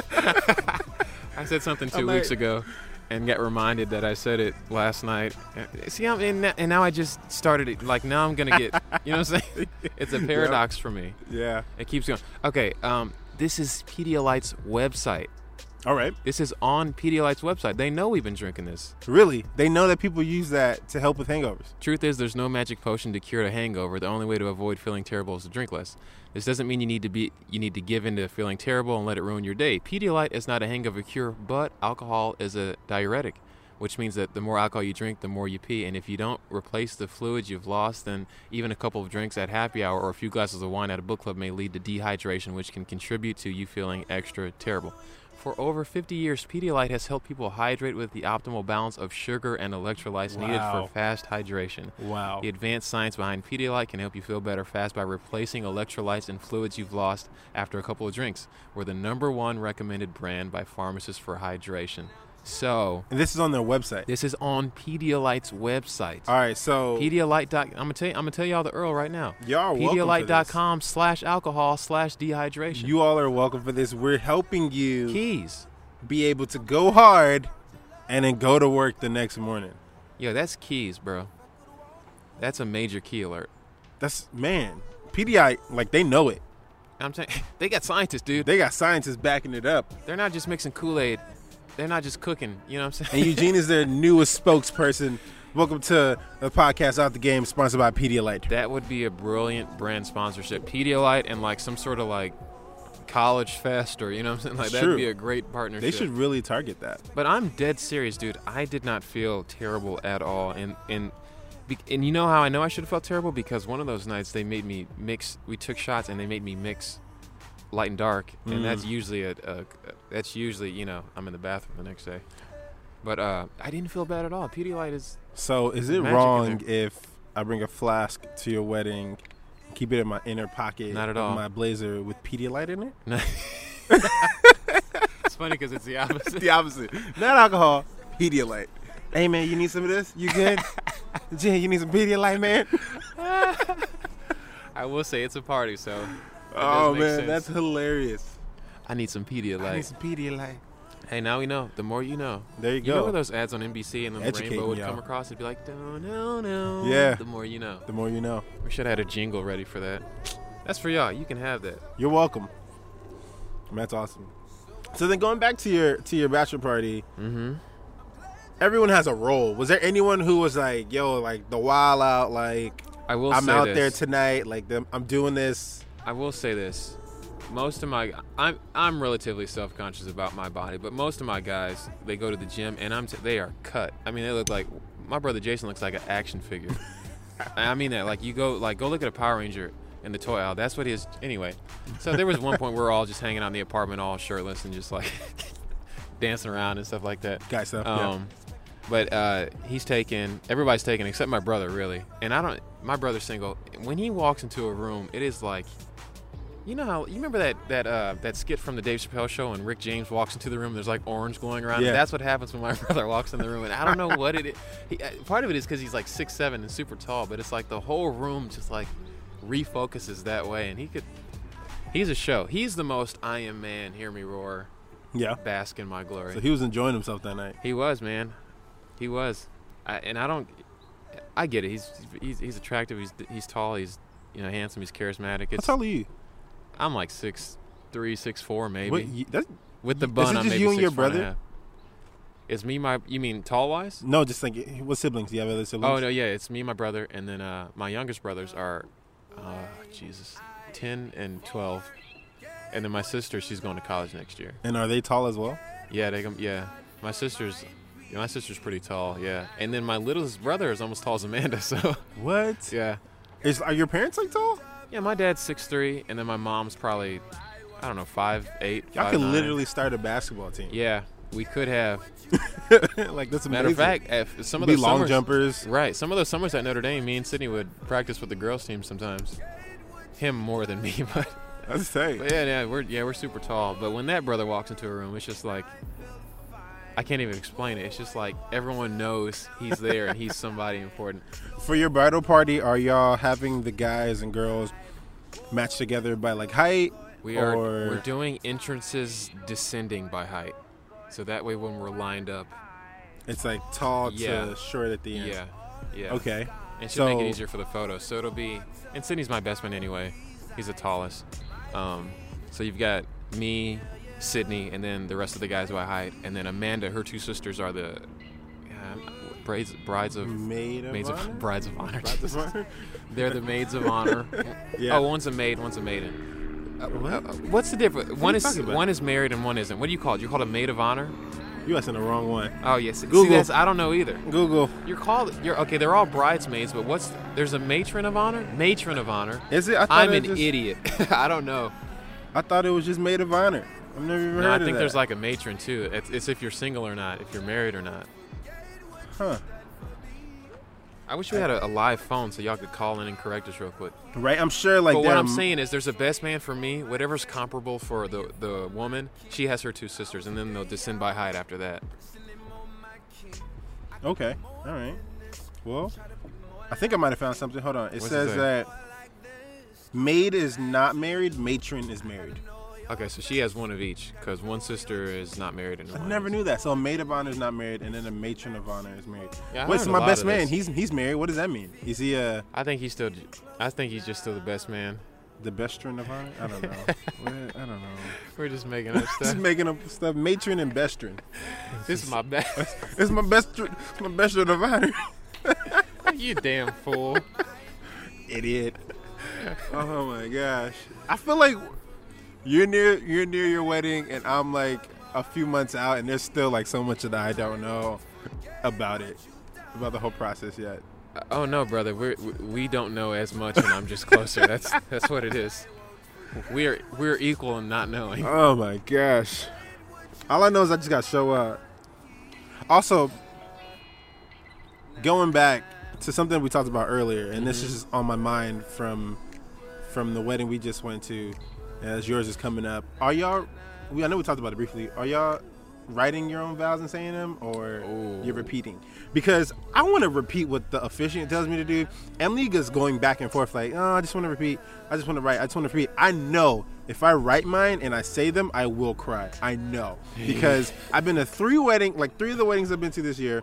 Speaker 2: I said something 2
Speaker 1: I'm
Speaker 2: weeks
Speaker 1: like-
Speaker 2: ago and got reminded that I said it last night. Uh, See, I'm in, and now I just started it. Like, now I'm going to get, you know what I'm saying? <laughs> It's a paradox for me.
Speaker 1: Yeah.
Speaker 2: It keeps going. Okay, um, this is Pedialyte's website.
Speaker 1: All right.
Speaker 2: This is on Pedialyte's website. They know we've been drinking this.
Speaker 1: Really, they know that people use that to help with hangovers.
Speaker 2: Truth is, there's no magic potion to cure a hangover. The only way to avoid feeling terrible is to drink less. This doesn't mean you need to be you need to give in to feeling terrible and let it ruin your day. Pedialyte is not a hangover cure, but alcohol is a diuretic, which means that the more alcohol you drink, the more you pee. And if you don't replace the fluids you've lost, then even a couple of drinks at happy hour or a few glasses of wine at a book club may lead to dehydration, which can contribute to you feeling extra terrible. For over 50 years, Pedialyte has helped people hydrate with the optimal balance of sugar and electrolytes needed
Speaker 1: Wow.
Speaker 2: for fast hydration.
Speaker 1: Wow.
Speaker 2: The advanced science behind Pedialyte can help you feel better fast by replacing electrolytes and fluids you've lost after a couple of drinks. We're the number one recommended brand by pharmacists for hydration. So,
Speaker 1: And this is on their website.
Speaker 2: this is on Pedialyte's website.
Speaker 1: All right, so
Speaker 2: Pedialyte. Doc, I'm gonna tell you. I'm gonna tell y'all the Earl right now.
Speaker 1: Y'all are welcome for this.
Speaker 2: Pedialyte.com slash alcohol slash dehydration.
Speaker 1: you all are welcome for this. We're helping you
Speaker 2: keys.
Speaker 1: be able to go hard and then go to work the next morning.
Speaker 2: Yo, that's keys, bro. That's a major key alert.
Speaker 1: That's man, PDI like they know it.
Speaker 2: I'm saying <laughs> they got scientists, dude.
Speaker 1: They got scientists backing it up.
Speaker 2: They're not just mixing Kool-Aid. They're not just cooking. You know what I'm saying?
Speaker 1: and Eugene is their newest spokesperson. Welcome to the podcast Out the Game, sponsored by Pedialyte.
Speaker 2: <laughs> That would be a brilliant brand sponsorship. Pedialyte and like some sort of like college fest or you know what I'm saying? Like
Speaker 1: It's
Speaker 2: that'd
Speaker 1: true.
Speaker 2: be a great partnership.
Speaker 1: They should really target that.
Speaker 2: But I'm dead serious, dude. I did not feel terrible at all, and and be- and you know how I know I should have felt terrible because one of those nights they made me mix. We took shots and they made me mix light and dark, and that's
Speaker 1: Mm.
Speaker 2: usually a, a that's usually you know I'm in the bathroom the next day. But uh, I didn't feel bad at all. Pedialyte is
Speaker 1: So, is it
Speaker 2: Magic in
Speaker 1: wrong if I bring a flask to your wedding Keep it in my inner pocket.
Speaker 2: Not at
Speaker 1: of
Speaker 2: all.
Speaker 1: My blazer with Pedialyte in it.
Speaker 2: It's funny because it's the opposite.
Speaker 1: The opposite. Not alcohol. Pedialyte. Hey man, you need some of this? You
Speaker 2: <laughs>
Speaker 1: good? Jen, you need some Pedialyte, man.
Speaker 2: I will say it's a party, so.
Speaker 1: Oh man, that's hilarious.
Speaker 2: I need some
Speaker 1: I need
Speaker 2: Pedialyte.
Speaker 1: some Pedialyte.
Speaker 2: Hey, now we know. The more you know.
Speaker 1: There you
Speaker 2: You know
Speaker 1: go.
Speaker 2: where those ads on NBC and the
Speaker 1: Educate
Speaker 2: rainbow
Speaker 1: me,
Speaker 2: would
Speaker 1: y'all.
Speaker 2: come across? It'd be like, no, no, no.
Speaker 1: Yeah.
Speaker 2: The more you know.
Speaker 1: the more you know.
Speaker 2: We should have had a jingle ready for that. That's for y'all. You can have that.
Speaker 1: You're welcome. That's awesome. So then, going back to your to your bachelor party,
Speaker 2: Mm-hmm.
Speaker 1: everyone has a role. Was there anyone who was like, "Yo, like the wild out, like
Speaker 2: I will.
Speaker 1: I'm
Speaker 2: say
Speaker 1: out
Speaker 2: this.
Speaker 1: there tonight, like them, I'm doing this."
Speaker 2: I will say this. Most of my I'm I'm relatively self-conscious about my body, but most of my guys they go to the gym and I'm t- they are cut. I mean, they look like my brother Jason looks like an action figure. I mean that like you go like go look at a Power Ranger in the toy aisle. That's what his anyway. So there was one point we we're all just hanging out in the apartment all shirtless and just like <laughs> dancing around and stuff like that.
Speaker 1: Guy stuff. yeah.
Speaker 2: Um, but uh, he's taken. Everybody's taken except my brother, really. And I don't. My brother's single. When he walks into a room, it is like, you know how you remember that that uh, that skit from the Dave Chappelle show, and Rick James walks into the room. There's like orange glowing around.
Speaker 1: Yeah.
Speaker 2: That's what happens when my <laughs> brother walks in the room. And I don't know what it. Is. He, uh, part of it is because he's like six seven and super tall, but it's like the whole room just like refocuses that way, and he could. He's a show. He's the most I am man. Hear me roar.
Speaker 1: Yeah.
Speaker 2: Bask in my glory.
Speaker 1: So he was enjoying himself that night.
Speaker 2: He was, man. He was. I, and I don't. I get it. He's he's, he's attractive. He's he's tall. He's you know handsome. He's charismatic.
Speaker 1: How
Speaker 2: It's,
Speaker 1: tall are you?
Speaker 2: I'm like six three, six four, maybe.
Speaker 1: What, you that's,
Speaker 2: With the
Speaker 1: is
Speaker 2: bun,
Speaker 1: it
Speaker 2: I'm
Speaker 1: just
Speaker 2: maybe
Speaker 1: you and
Speaker 2: six,
Speaker 1: your
Speaker 2: four a
Speaker 1: brother? Mm-hmm.
Speaker 2: half. It's me, my. You mean tall wise?
Speaker 1: no, just like what siblings? Do you have other siblings?
Speaker 2: Oh no, yeah. It's me, my brother, and then uh, my youngest brothers are, uh, Jesus, ten and twelve, and then my sister. She's going to college next year.
Speaker 1: And are they tall as well?
Speaker 2: Yeah, they come. Yeah, my sister's, my sister's pretty tall. Yeah, and then my littlest brother is almost tall as Amanda. <laughs> So
Speaker 1: What?
Speaker 2: yeah,
Speaker 1: Is are your parents like tall?
Speaker 2: yeah. My dad's six three, and then my mom's probably, I don't know, five eight.
Speaker 1: Y'all
Speaker 2: five,
Speaker 1: could
Speaker 2: nine.
Speaker 1: literally start a basketball team.
Speaker 2: Yeah, we could have.
Speaker 1: <laughs> like that's amazing.
Speaker 2: Matter of fact, if some of
Speaker 1: be
Speaker 2: those
Speaker 1: long
Speaker 2: summers,
Speaker 1: jumpers.
Speaker 2: Right, some of those summers at Notre Dame, me and Sydney would practice with the girls team sometimes. Him more than me, <laughs> but,
Speaker 1: That's tight.
Speaker 2: but yeah, yeah, we're yeah we're super tall. But when that brother walks into a room, it's just like. I can't even explain it. It's just like everyone knows he's there and he's somebody important.
Speaker 1: For your bridal party, are y'all having the guys and girls matched together by like height?
Speaker 2: We are
Speaker 1: Or-
Speaker 2: we're doing entrances descending by height, so that way when we're lined up,
Speaker 1: It's like tall
Speaker 2: Yeah.
Speaker 1: to short at the end.
Speaker 2: yeah, yeah,
Speaker 1: Okay.
Speaker 2: and should make
Speaker 1: so-
Speaker 2: it easier for the photos. So it'll be, and Sydney's my best man anyway. He's the tallest. Um, so you've got me, Sydney, and then the rest of the guys by height, and then Amanda. Her two sisters are the um, brides, brides of
Speaker 1: Maid of
Speaker 2: maids
Speaker 1: honor?
Speaker 2: <laughs> of brides of honor.
Speaker 1: Brides of honor?
Speaker 2: They're the maids
Speaker 1: <laughs>
Speaker 2: of honor.
Speaker 1: Yeah.
Speaker 2: Oh, one's a maid, one's a maiden.
Speaker 1: what?
Speaker 2: Uh, What's the difference?
Speaker 1: are
Speaker 2: One
Speaker 1: you
Speaker 2: is
Speaker 1: talking about?
Speaker 2: one is married and one isn't. What do you call it? You call it a maid of honor?
Speaker 1: You asking the wrong one.
Speaker 2: Oh yes. See,
Speaker 1: Google.
Speaker 2: that's, I don't know either.
Speaker 1: Google.
Speaker 2: You're called. You're okay. They're all bridesmaids, but what's there's a matron of honor? Matron of honor.
Speaker 1: Is it? I thought
Speaker 2: I'm
Speaker 1: it
Speaker 2: an
Speaker 1: just-
Speaker 2: idiot. <laughs> I don't know.
Speaker 1: I thought it was just maid of honor. I've never even
Speaker 2: No,
Speaker 1: heard
Speaker 2: I
Speaker 1: of
Speaker 2: think
Speaker 1: that.
Speaker 2: there's like a matron too. It's, it's if you're single or not, if you're married or not.
Speaker 1: huh?
Speaker 2: I wish we had a, a live phone so y'all could call in and correct us real quick.
Speaker 1: Right? I'm sure like
Speaker 2: but what
Speaker 1: there
Speaker 2: I'm
Speaker 1: are-
Speaker 2: saying is, there's a best man for me. Whatever's comparable for the the woman, she has her two sisters, and then they'll descend by height after that.
Speaker 1: Okay. All right. Well, I think I might have found something. Hold on. It
Speaker 2: What's it
Speaker 1: says
Speaker 2: say?
Speaker 1: that maid is not married, matron is married.
Speaker 2: Okay, so she has one of each because one sister is not married and
Speaker 1: I
Speaker 2: one
Speaker 1: never
Speaker 2: is.
Speaker 1: knew that. So a maid of honor is not married, and then a matron of honor is married.
Speaker 2: Yeah, I
Speaker 1: What's
Speaker 2: heard a
Speaker 1: my
Speaker 2: lot
Speaker 1: best
Speaker 2: of
Speaker 1: man?
Speaker 2: this.
Speaker 1: He's he's married. What does that mean? Is he uh
Speaker 2: I think he's still. I think he's just still the best man.
Speaker 1: the bestron of honor? I don't
Speaker 2: <laughs>
Speaker 1: know. What- I don't know.
Speaker 2: We're just making <laughs> up
Speaker 1: Just
Speaker 2: stuff.
Speaker 1: making up stuff. Matron and bestron.
Speaker 2: this is my <laughs> best.
Speaker 1: It's my best. It's my bestron of honor. <laughs>
Speaker 2: you damn fool.
Speaker 1: Idiot. Oh my gosh. I feel like you're near you're near your wedding, and I'm like a few months out, and there's still like so much that I don't know about it, about the whole process yet.
Speaker 2: Oh no, brother. We're, we we don't know as much, and I'm just
Speaker 1: <laughs>
Speaker 2: closer. that's that's what it is. We are we're equal in not knowing.
Speaker 1: Oh my gosh. All I know is I just got to show up. Also, going back to something we talked about earlier, and this is just on my mind from from the wedding we just went to, as yours is coming up, are y'all? We I know we talked about it briefly. Are y'all writing your own vows and saying them, or
Speaker 2: Ooh.
Speaker 1: you're repeating? Because I want to repeat what the officiant tells me to do. And Liga's going back and forth like, oh, I just want to repeat. I just want to write. I just want to repeat. I know if I write mine and I say them, I will cry. I
Speaker 2: <laughs>
Speaker 1: know because I've been to three wedding, like three of the weddings I've been to this year.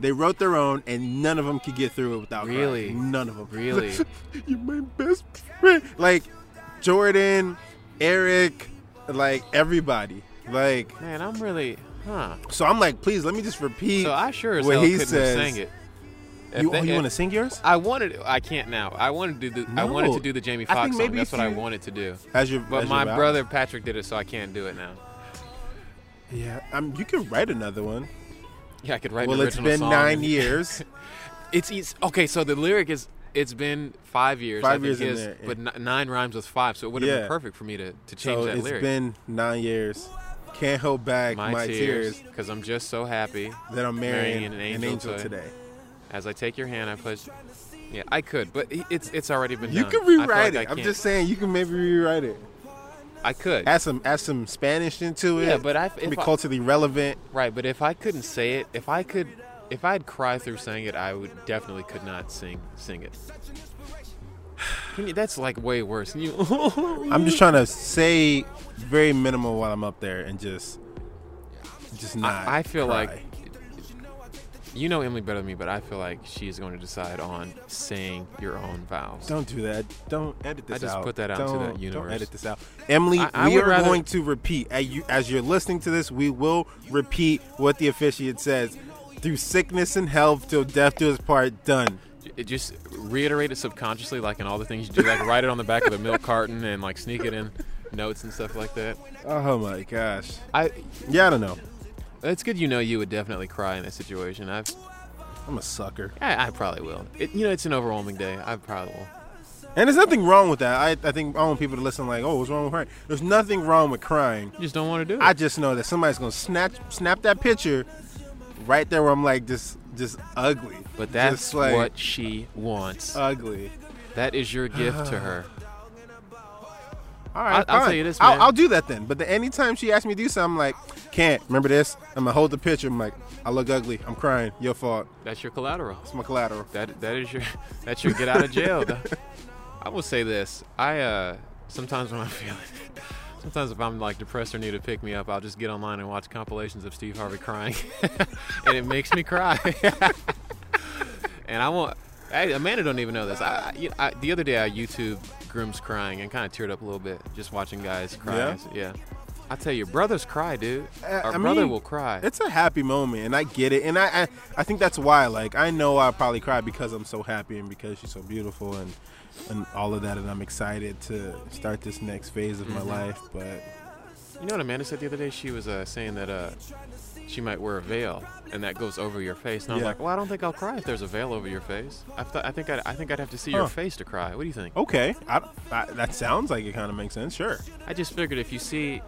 Speaker 1: They wrote their own, and none of them could get through it without crying.
Speaker 2: Really?
Speaker 1: None of them.
Speaker 2: Really?
Speaker 1: <laughs> You're my best friend. Like Jordan, Eric, like everybody. Like
Speaker 2: Man, I'm really, huh?
Speaker 1: so I'm like, please let me just repeat.
Speaker 2: So I sure as
Speaker 1: what
Speaker 2: hell
Speaker 1: he
Speaker 2: couldn't
Speaker 1: says.
Speaker 2: have sang it. If
Speaker 1: you,
Speaker 2: they-
Speaker 1: oh, you
Speaker 2: if-
Speaker 1: want to sing yours?
Speaker 2: I wanted. I can't now. I wanted to do. The, I wanted
Speaker 1: No.
Speaker 2: to do the Jamie
Speaker 1: I think
Speaker 2: Foxx song.
Speaker 1: maybe
Speaker 2: That's
Speaker 1: if
Speaker 2: what I
Speaker 1: you-
Speaker 2: wanted to do.
Speaker 1: As your
Speaker 2: But
Speaker 1: as
Speaker 2: my
Speaker 1: your vows.
Speaker 2: brother Patrick did it, so I can't do it now.
Speaker 1: Yeah, um, you could write another one.
Speaker 2: Yeah, I could write.
Speaker 1: well,
Speaker 2: an
Speaker 1: it's
Speaker 2: original
Speaker 1: been
Speaker 2: song
Speaker 1: nine
Speaker 2: and-
Speaker 1: years.
Speaker 2: It's, it's okay. So the lyric is. It's been five years. I
Speaker 1: Five
Speaker 2: think
Speaker 1: years in
Speaker 2: his,
Speaker 1: there, yeah.
Speaker 2: but n- nine rhymes with five, so it would have
Speaker 1: Yeah.
Speaker 2: been perfect for me to, to <laughs> change
Speaker 1: so
Speaker 2: that
Speaker 1: it's
Speaker 2: lyric.
Speaker 1: been nine years. Can't hold back
Speaker 2: my,
Speaker 1: my,
Speaker 2: tears, because I'm just so happy.
Speaker 1: that I'm marrying, an angel,
Speaker 2: today.
Speaker 1: today.
Speaker 2: As I take your hand, I pledge. Yeah, I could, but he- it's it's already been
Speaker 1: You
Speaker 2: done.
Speaker 1: can
Speaker 2: I feel
Speaker 1: rewrite
Speaker 2: like I
Speaker 1: it. I'm
Speaker 2: can't-
Speaker 1: just saying you can maybe rewrite it.
Speaker 2: I could.
Speaker 1: Add some add some Spanish into it.
Speaker 2: Yeah, but I- if
Speaker 1: be
Speaker 2: I-
Speaker 1: culturally relevant.
Speaker 2: Right, but if I couldn't say it, if I could, if I'd cry through saying it, I would definitely could not sing sing it. Can you, that's like way worse. Can you, <laughs>
Speaker 1: I'm just trying to say very minimal while I'm up there and just just not.
Speaker 2: I, I feel
Speaker 1: cry.
Speaker 2: like you know Emily better than me, but I feel like she's going to decide on saying your own vows.
Speaker 1: don't do that. Don't edit this out.
Speaker 2: I just put that out into
Speaker 1: don't,
Speaker 2: the
Speaker 1: Don't
Speaker 2: universe.
Speaker 1: edit this out, Emily.
Speaker 2: I- I
Speaker 1: we
Speaker 2: would
Speaker 1: are
Speaker 2: rather-
Speaker 1: going to repeat as, you, as you're listening to this. We will repeat what the officiant says. Through sickness and health, till death do us part. Done.
Speaker 2: It just reiterate it subconsciously, like in all the things you do, like write it on the back of the milk carton and like sneak it in notes and stuff like that.
Speaker 1: Oh my gosh.
Speaker 2: I,
Speaker 1: Yeah, I don't know.
Speaker 2: it's good you know you would definitely cry in that situation. I've,
Speaker 1: I'm a sucker.
Speaker 2: I, I probably will. It, you know, it's an overwhelming day. I probably will.
Speaker 1: And there's nothing wrong with that. I, I think I want people to listen like, oh, what's wrong with crying? There's nothing wrong with crying.
Speaker 2: You just don't want to do it.
Speaker 1: I just know that somebody's gonna snap snap that picture right there where I'm like just just ugly.
Speaker 2: but that's
Speaker 1: just like
Speaker 2: what she wants.
Speaker 1: ugly.
Speaker 2: that is your gift to
Speaker 1: <sighs>
Speaker 2: her.
Speaker 1: All right,
Speaker 2: I'll- I'll
Speaker 1: fine.
Speaker 2: tell you this, man.
Speaker 1: I'll, I'll do that then. But the, anytime she asks me to do something, I'm like, can't. Remember this? I'm gonna hold the picture. I'm like, I look ugly. I'm crying. Your fault.
Speaker 2: That's your collateral.
Speaker 1: It's my collateral.
Speaker 2: That that is your <laughs> that's your get out of jail.
Speaker 1: <laughs>
Speaker 2: I will say this. I uh sometimes when I'm <laughs> feeling sometimes if I'm like depressed or need to pick me up, I'll just get online and watch compilations of Steve Harvey crying, <laughs> and it makes me cry. <laughs> and I won't. Hey, Amanda don't even know this. I, I, you know, I the other day I YouTube grooms crying and kind of teared up a little bit just watching guys cry.
Speaker 1: Yeah?
Speaker 2: yeah. I tell you, brothers cry, dude.
Speaker 1: Uh,
Speaker 2: Our
Speaker 1: I
Speaker 2: brother
Speaker 1: mean,
Speaker 2: will cry.
Speaker 1: It's a happy moment, and I get it. And I, I I think that's why. Like I know I probably cry because I'm so happy and because she's so beautiful and and all of that, and I'm excited to start this next phase of my
Speaker 2: Mm-hmm.
Speaker 1: life. But
Speaker 2: You know what Amanda said the other day? She was uh, saying that uh, she might wear a veil, and that goes over your face. And I'm
Speaker 1: Yeah.
Speaker 2: like, well, I don't think I'll cry if there's a veil over your face. I, th- I think I'd, I think I'd have to see your
Speaker 1: Huh. Oh.
Speaker 2: face to cry. What do you think?
Speaker 1: okay, I, I, that sounds like it kind of makes sense. Sure.
Speaker 2: I just figured if you see,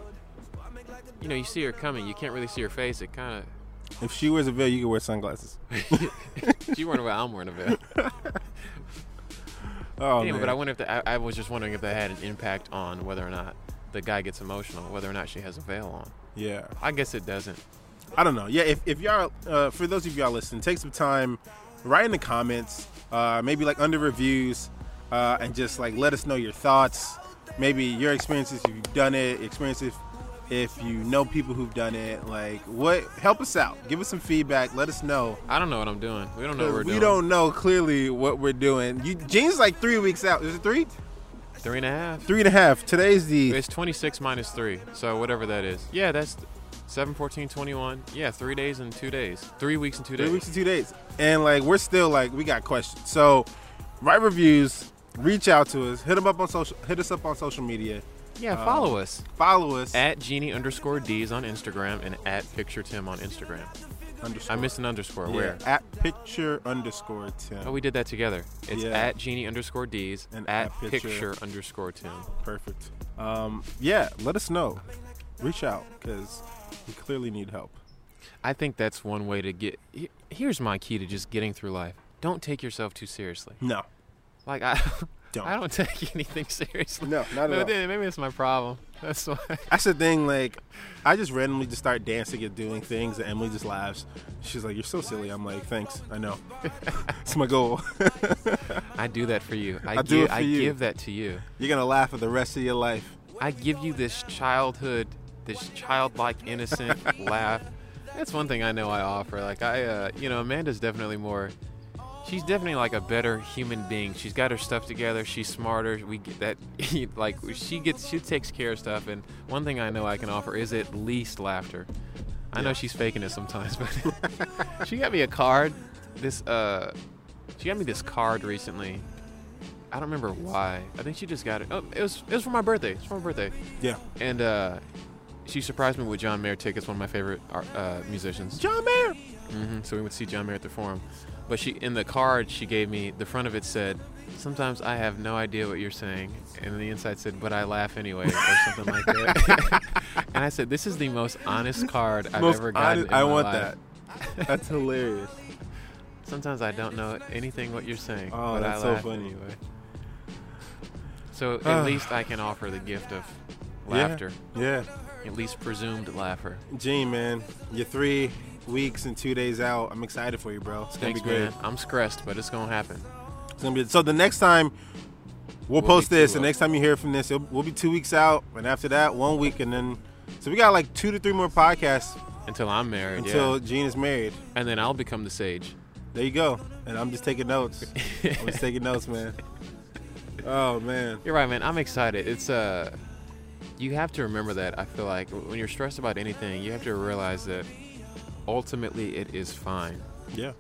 Speaker 2: you know, you see her coming, you can't really see her face. It kind
Speaker 1: If she wears a veil, you can wear sunglasses. <laughs>
Speaker 2: of. She wearing a veil. I'm wearing a veil.
Speaker 1: Oh
Speaker 2: anyway,
Speaker 1: man.
Speaker 2: but I wonder if the, I, I was just wondering if that had an impact on whether or not the guy gets emotional, whether or not she has a veil on.
Speaker 1: yeah.
Speaker 2: I guess it doesn't.
Speaker 1: I don't know. Yeah, if, if y'all, uh, for those of y'all listening, take some time, write in the comments, uh, maybe like under reviews, uh, and just like let us know your thoughts, maybe your experiences if you've done it, experiences if, if you know people who've done it. Like, what? Help us out. Give us some feedback. Let us know.
Speaker 2: I don't know what I'm doing. We don't know what we're
Speaker 1: we
Speaker 2: doing.
Speaker 1: don't know clearly what we're doing. You, Gene's like three weeks out. Is it three?
Speaker 2: Three and a half.
Speaker 1: Three and a half. Today's the
Speaker 2: It's 26 minus 3, so whatever that is. Yeah, that's 7, 14, 21. Yeah, three days and two days. Three weeks and two
Speaker 1: three
Speaker 2: days.
Speaker 1: weeks and two days. And like we're still like we got questions. So write reviews, reach out to us, hit them up on social, hit us up on social media,
Speaker 2: Yeah, follow
Speaker 1: Oh.
Speaker 2: us.
Speaker 1: follow us.
Speaker 2: At Genie underscore D's on Instagram and at Picture Tim on Instagram.
Speaker 1: underscore,
Speaker 2: I missed an underscore.
Speaker 1: yeah,
Speaker 2: Where?
Speaker 1: at picture underscore Tim.
Speaker 2: Oh, we did that together. It's
Speaker 1: Yeah.
Speaker 2: at Genie underscore D's
Speaker 1: And
Speaker 2: at,
Speaker 1: at
Speaker 2: picture.
Speaker 1: Picture.
Speaker 2: underscore Tim.
Speaker 1: Perfect. Um, yeah, let us know. Reach out because we clearly need help.
Speaker 2: I think that's one way to get. he- Here's my key to just getting through life. Don't take yourself too seriously.
Speaker 1: No,
Speaker 2: Like I, <laughs>
Speaker 1: don't.
Speaker 2: I don't take <laughs> anything seriously.
Speaker 1: No, not at all.
Speaker 2: But then Maybe it's my problem. That's why.
Speaker 1: That's the thing. Like, I just randomly just start dancing and doing things, and Emily just laughs. She's like, "You're so silly." I'm like, "Thanks, I know. <laughs> it's my goal. <laughs>
Speaker 2: I do that for you. I,
Speaker 1: I
Speaker 2: give,
Speaker 1: do it for
Speaker 2: I
Speaker 1: you.
Speaker 2: give that to you.
Speaker 1: You're gonna laugh for the rest of your life."
Speaker 2: I give you this childhood, this childlike,
Speaker 1: <laughs>
Speaker 2: innocent laugh. That's one thing I know I offer. Like I, uh, you know, Amanda's definitely more. She's definitely like a better human being. She's got her stuff together. She's smarter. We get that. <laughs> Like she gets, she takes care of stuff. And one thing I know I can offer is at least laughter. I know she's faking it sometimes, <laughs> but
Speaker 1: <laughs>
Speaker 2: she got me a card. This, uh, she got me this card recently. I don't remember why. I think she just got it. Oh, it was it was for my birthday. It's for my birthday
Speaker 1: Yeah.
Speaker 2: and uh, she surprised me with John Mayer tickets, one of my favorite ar- uh, musicians.
Speaker 1: John Mayer.
Speaker 2: hmm So we would see John Mayer at the Forum, but she in the card she gave me, the front of it said, "Sometimes I have no idea what you're saying," and the inside said, "But I laugh anyway," or something like that.
Speaker 1: <laughs>
Speaker 2: and I said, "This is the most honest card I've
Speaker 1: Most
Speaker 2: ever
Speaker 1: honest-
Speaker 2: gotten." in
Speaker 1: I
Speaker 2: my
Speaker 1: want
Speaker 2: life.
Speaker 1: that. That's
Speaker 2: <laughs>
Speaker 1: hilarious.
Speaker 2: Sometimes I don't know anything what you're saying,
Speaker 1: Oh,
Speaker 2: but
Speaker 1: that's
Speaker 2: I
Speaker 1: so
Speaker 2: laugh
Speaker 1: funny. Ah.
Speaker 2: anyway. So at least I can offer the gift of laughter,
Speaker 1: Yeah.
Speaker 2: at least presumed laughter.
Speaker 1: Gene, man, you're three weeks and two days out. I'm excited for you, bro. It's gonna
Speaker 2: Thanks,
Speaker 1: be great.
Speaker 2: man. I'm stressed, but it's gonna happen.
Speaker 1: It's gonna be so. The next time we'll,
Speaker 2: We'll
Speaker 1: post
Speaker 2: be
Speaker 1: this,
Speaker 2: two
Speaker 1: and
Speaker 2: up.
Speaker 1: next time you hear from this, it'll, we'll be two weeks out, and after that, one week, and then so we got like two to three more podcasts
Speaker 2: Until I'm married,
Speaker 1: until
Speaker 2: yeah.
Speaker 1: Gene is married.
Speaker 2: And then I'll become the sage.
Speaker 1: There you go. And I'm just taking
Speaker 2: <laughs>
Speaker 1: notes. I'm just taking notes, man. Oh man.
Speaker 2: You're right, man. I'm excited. It's uh, you have to remember that. I feel like when you're stressed about anything, you have to realize that ultimately it is fine.
Speaker 1: Yeah.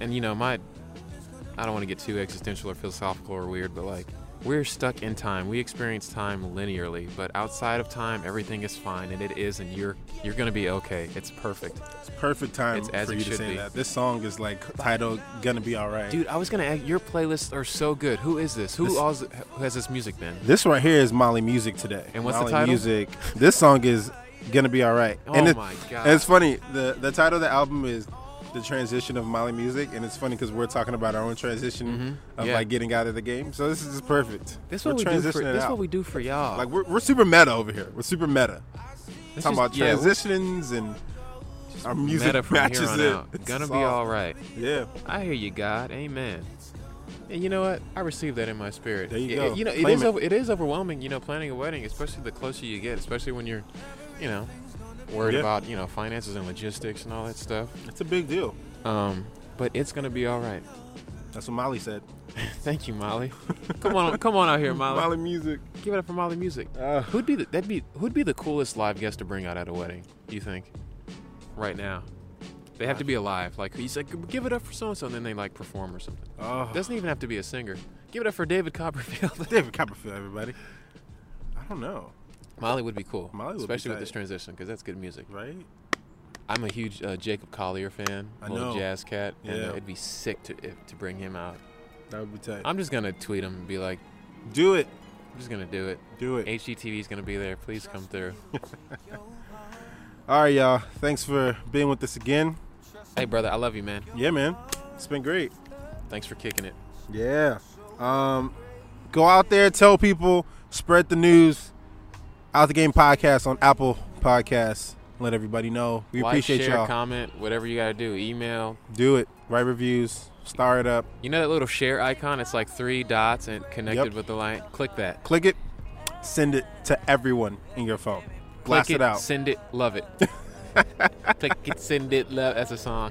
Speaker 2: And you know, my I don't want to get too existential or philosophical or weird, but like we're stuck in time. We experience time linearly, but outside of time, everything is fine, and it is, and you're you're gonna be okay. It's perfect.
Speaker 1: It's perfect time
Speaker 2: It's as
Speaker 1: for
Speaker 2: it
Speaker 1: you to
Speaker 2: should
Speaker 1: say
Speaker 2: be.
Speaker 1: that. This song is like titled "Gonna Be Alright."
Speaker 2: Dude, I was gonna ask. Your playlists are so good. Who is this? Who
Speaker 1: This-
Speaker 2: all's, who has this music been?
Speaker 1: This right here is Molly Music today.
Speaker 2: And what's the
Speaker 1: Molly
Speaker 2: title?
Speaker 1: Music. This song is gonna be all right.
Speaker 2: Oh
Speaker 1: and
Speaker 2: my God.
Speaker 1: And it's funny. the The title of the album is the transition of Molly Music, and it's funny because we're talking about our own transition of
Speaker 2: Mm-hmm. Yeah.
Speaker 1: like getting out of the game. So this is just perfect.
Speaker 2: This
Speaker 1: we're
Speaker 2: what we do
Speaker 1: transitioning
Speaker 2: for
Speaker 1: it
Speaker 2: this
Speaker 1: out.
Speaker 2: what we do for y'all.
Speaker 1: like we're, we're super meta over here. We're super meta.
Speaker 2: This
Speaker 1: talking
Speaker 2: is-
Speaker 1: about
Speaker 2: yeah,
Speaker 1: transitions and our music
Speaker 2: meta from
Speaker 1: matches
Speaker 2: here on
Speaker 1: it.
Speaker 2: out.
Speaker 1: It's
Speaker 2: Gonna be
Speaker 1: soft.
Speaker 2: all right.
Speaker 1: Yeah.
Speaker 2: I hear you, God. Amen. And you know what? I received that in my spirit.
Speaker 1: There you
Speaker 2: It-
Speaker 1: go.
Speaker 2: it- you know, it
Speaker 1: Claim
Speaker 2: is
Speaker 1: it.
Speaker 2: over, it is overwhelming. You know, planning a wedding, especially the closer you get, especially when you're, you know, worried
Speaker 1: Yeah.
Speaker 2: about you know finances and logistics and all that stuff.
Speaker 1: It's a big deal.
Speaker 2: Um, but it's gonna be all right. <laughs>
Speaker 1: That's what Molly said.
Speaker 2: Thank
Speaker 1: <laughs>
Speaker 2: you, Molly. come on, come on out here, Molly.
Speaker 1: Molly Music.
Speaker 2: Give it up for Molly Music.
Speaker 1: Uh,
Speaker 2: Who'd be the, that'd be who'd be the coolest live guest to bring out at a wedding? You think? Uh, Right now, they have to be alive. Like he's like, give it up for so and so, and then they like perform or something.
Speaker 1: oh.
Speaker 2: Doesn't even have to be a singer. Give it up for
Speaker 1: <laughs>
Speaker 2: David Copperfield. <laughs>
Speaker 1: David Copperfield, everybody. I don't know,
Speaker 2: Molly would be cool,
Speaker 1: Molly would be
Speaker 2: especially with
Speaker 1: tight.
Speaker 2: this transition because that's good music.
Speaker 1: right?
Speaker 2: I'm a huge uh, Jacob Collier fan,
Speaker 1: I
Speaker 2: little
Speaker 1: know.
Speaker 2: jazz cat, and
Speaker 1: Yeah.
Speaker 2: uh, it'd be sick to if, to bring him out.
Speaker 1: That would be tight.
Speaker 2: I'm just gonna tweet him and be like,
Speaker 1: Do it.
Speaker 2: I'm just gonna do it.
Speaker 1: Do it.
Speaker 2: HGTV's gonna be there. Please come through.
Speaker 1: All right, y'all. Thanks for being with us again.
Speaker 2: hey, brother, I love you, man.
Speaker 1: Yeah, man. It's been great.
Speaker 2: Thanks for kicking it.
Speaker 1: Yeah. Um, go out there, tell people, spread the news. Out the game podcast on Apple Podcasts. Let everybody know. We
Speaker 2: like,
Speaker 1: appreciate
Speaker 2: share,
Speaker 1: y'all.
Speaker 2: comment, whatever you gotta do. Email.
Speaker 1: Do it. Write reviews. Star it up.
Speaker 2: You know that little share icon? It's like three dots and connected
Speaker 1: Yep.
Speaker 2: with the line. Click that.
Speaker 1: Click it. Send it to everyone in your phone. Blast
Speaker 2: Click
Speaker 1: it, out.
Speaker 2: Send it.
Speaker 1: <laughs>
Speaker 2: Love it. Click it. Send it. Love. That's a song.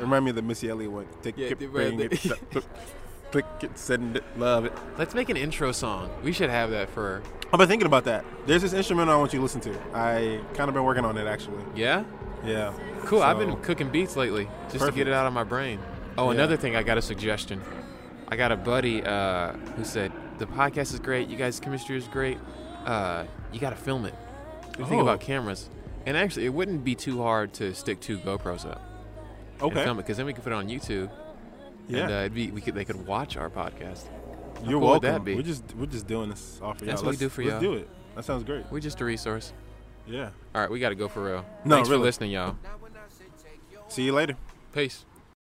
Speaker 1: Remind me of the Missy Elliott one. Take
Speaker 2: Yeah,
Speaker 1: it,
Speaker 2: the-
Speaker 1: bring
Speaker 2: the-
Speaker 1: it, <laughs> click- click it, send it, love it.
Speaker 2: Let's make an intro song. We should have that for.
Speaker 1: I've been thinking about that. There's this instrumental I want you to listen to. I kind of been working on it actually.
Speaker 2: Yeah.
Speaker 1: Yeah.
Speaker 2: Cool. I've been
Speaker 1: So-
Speaker 2: cooking beats lately just to get
Speaker 1: Perfect.
Speaker 2: it out of my brain. Oh,
Speaker 1: Yeah.
Speaker 2: another thing. I got a suggestion. I got a buddy uh, who said the podcast is great. You guys' chemistry is great. Uh, you gotta film it. What do you think
Speaker 1: Oh.
Speaker 2: about cameras? And actually, it wouldn't be too hard to stick two GoPros up. and
Speaker 1: Okay.
Speaker 2: film it because then we could put it on YouTube.
Speaker 1: yeah.
Speaker 2: And uh, it'd be, we could they could watch our podcast.
Speaker 1: You're
Speaker 2: cool would
Speaker 1: welcome.
Speaker 2: that be?
Speaker 1: We're just we're just doing this all for y'all.
Speaker 2: That's what we
Speaker 1: Let's-
Speaker 2: do for
Speaker 1: let's
Speaker 2: y'all.
Speaker 1: do it. That sounds great.
Speaker 2: We're just a resource.
Speaker 1: Yeah.
Speaker 2: All right, we got to go for real.
Speaker 1: No,
Speaker 2: Thanks for
Speaker 1: really.
Speaker 2: listening, y'all.
Speaker 1: See you later.
Speaker 2: Peace.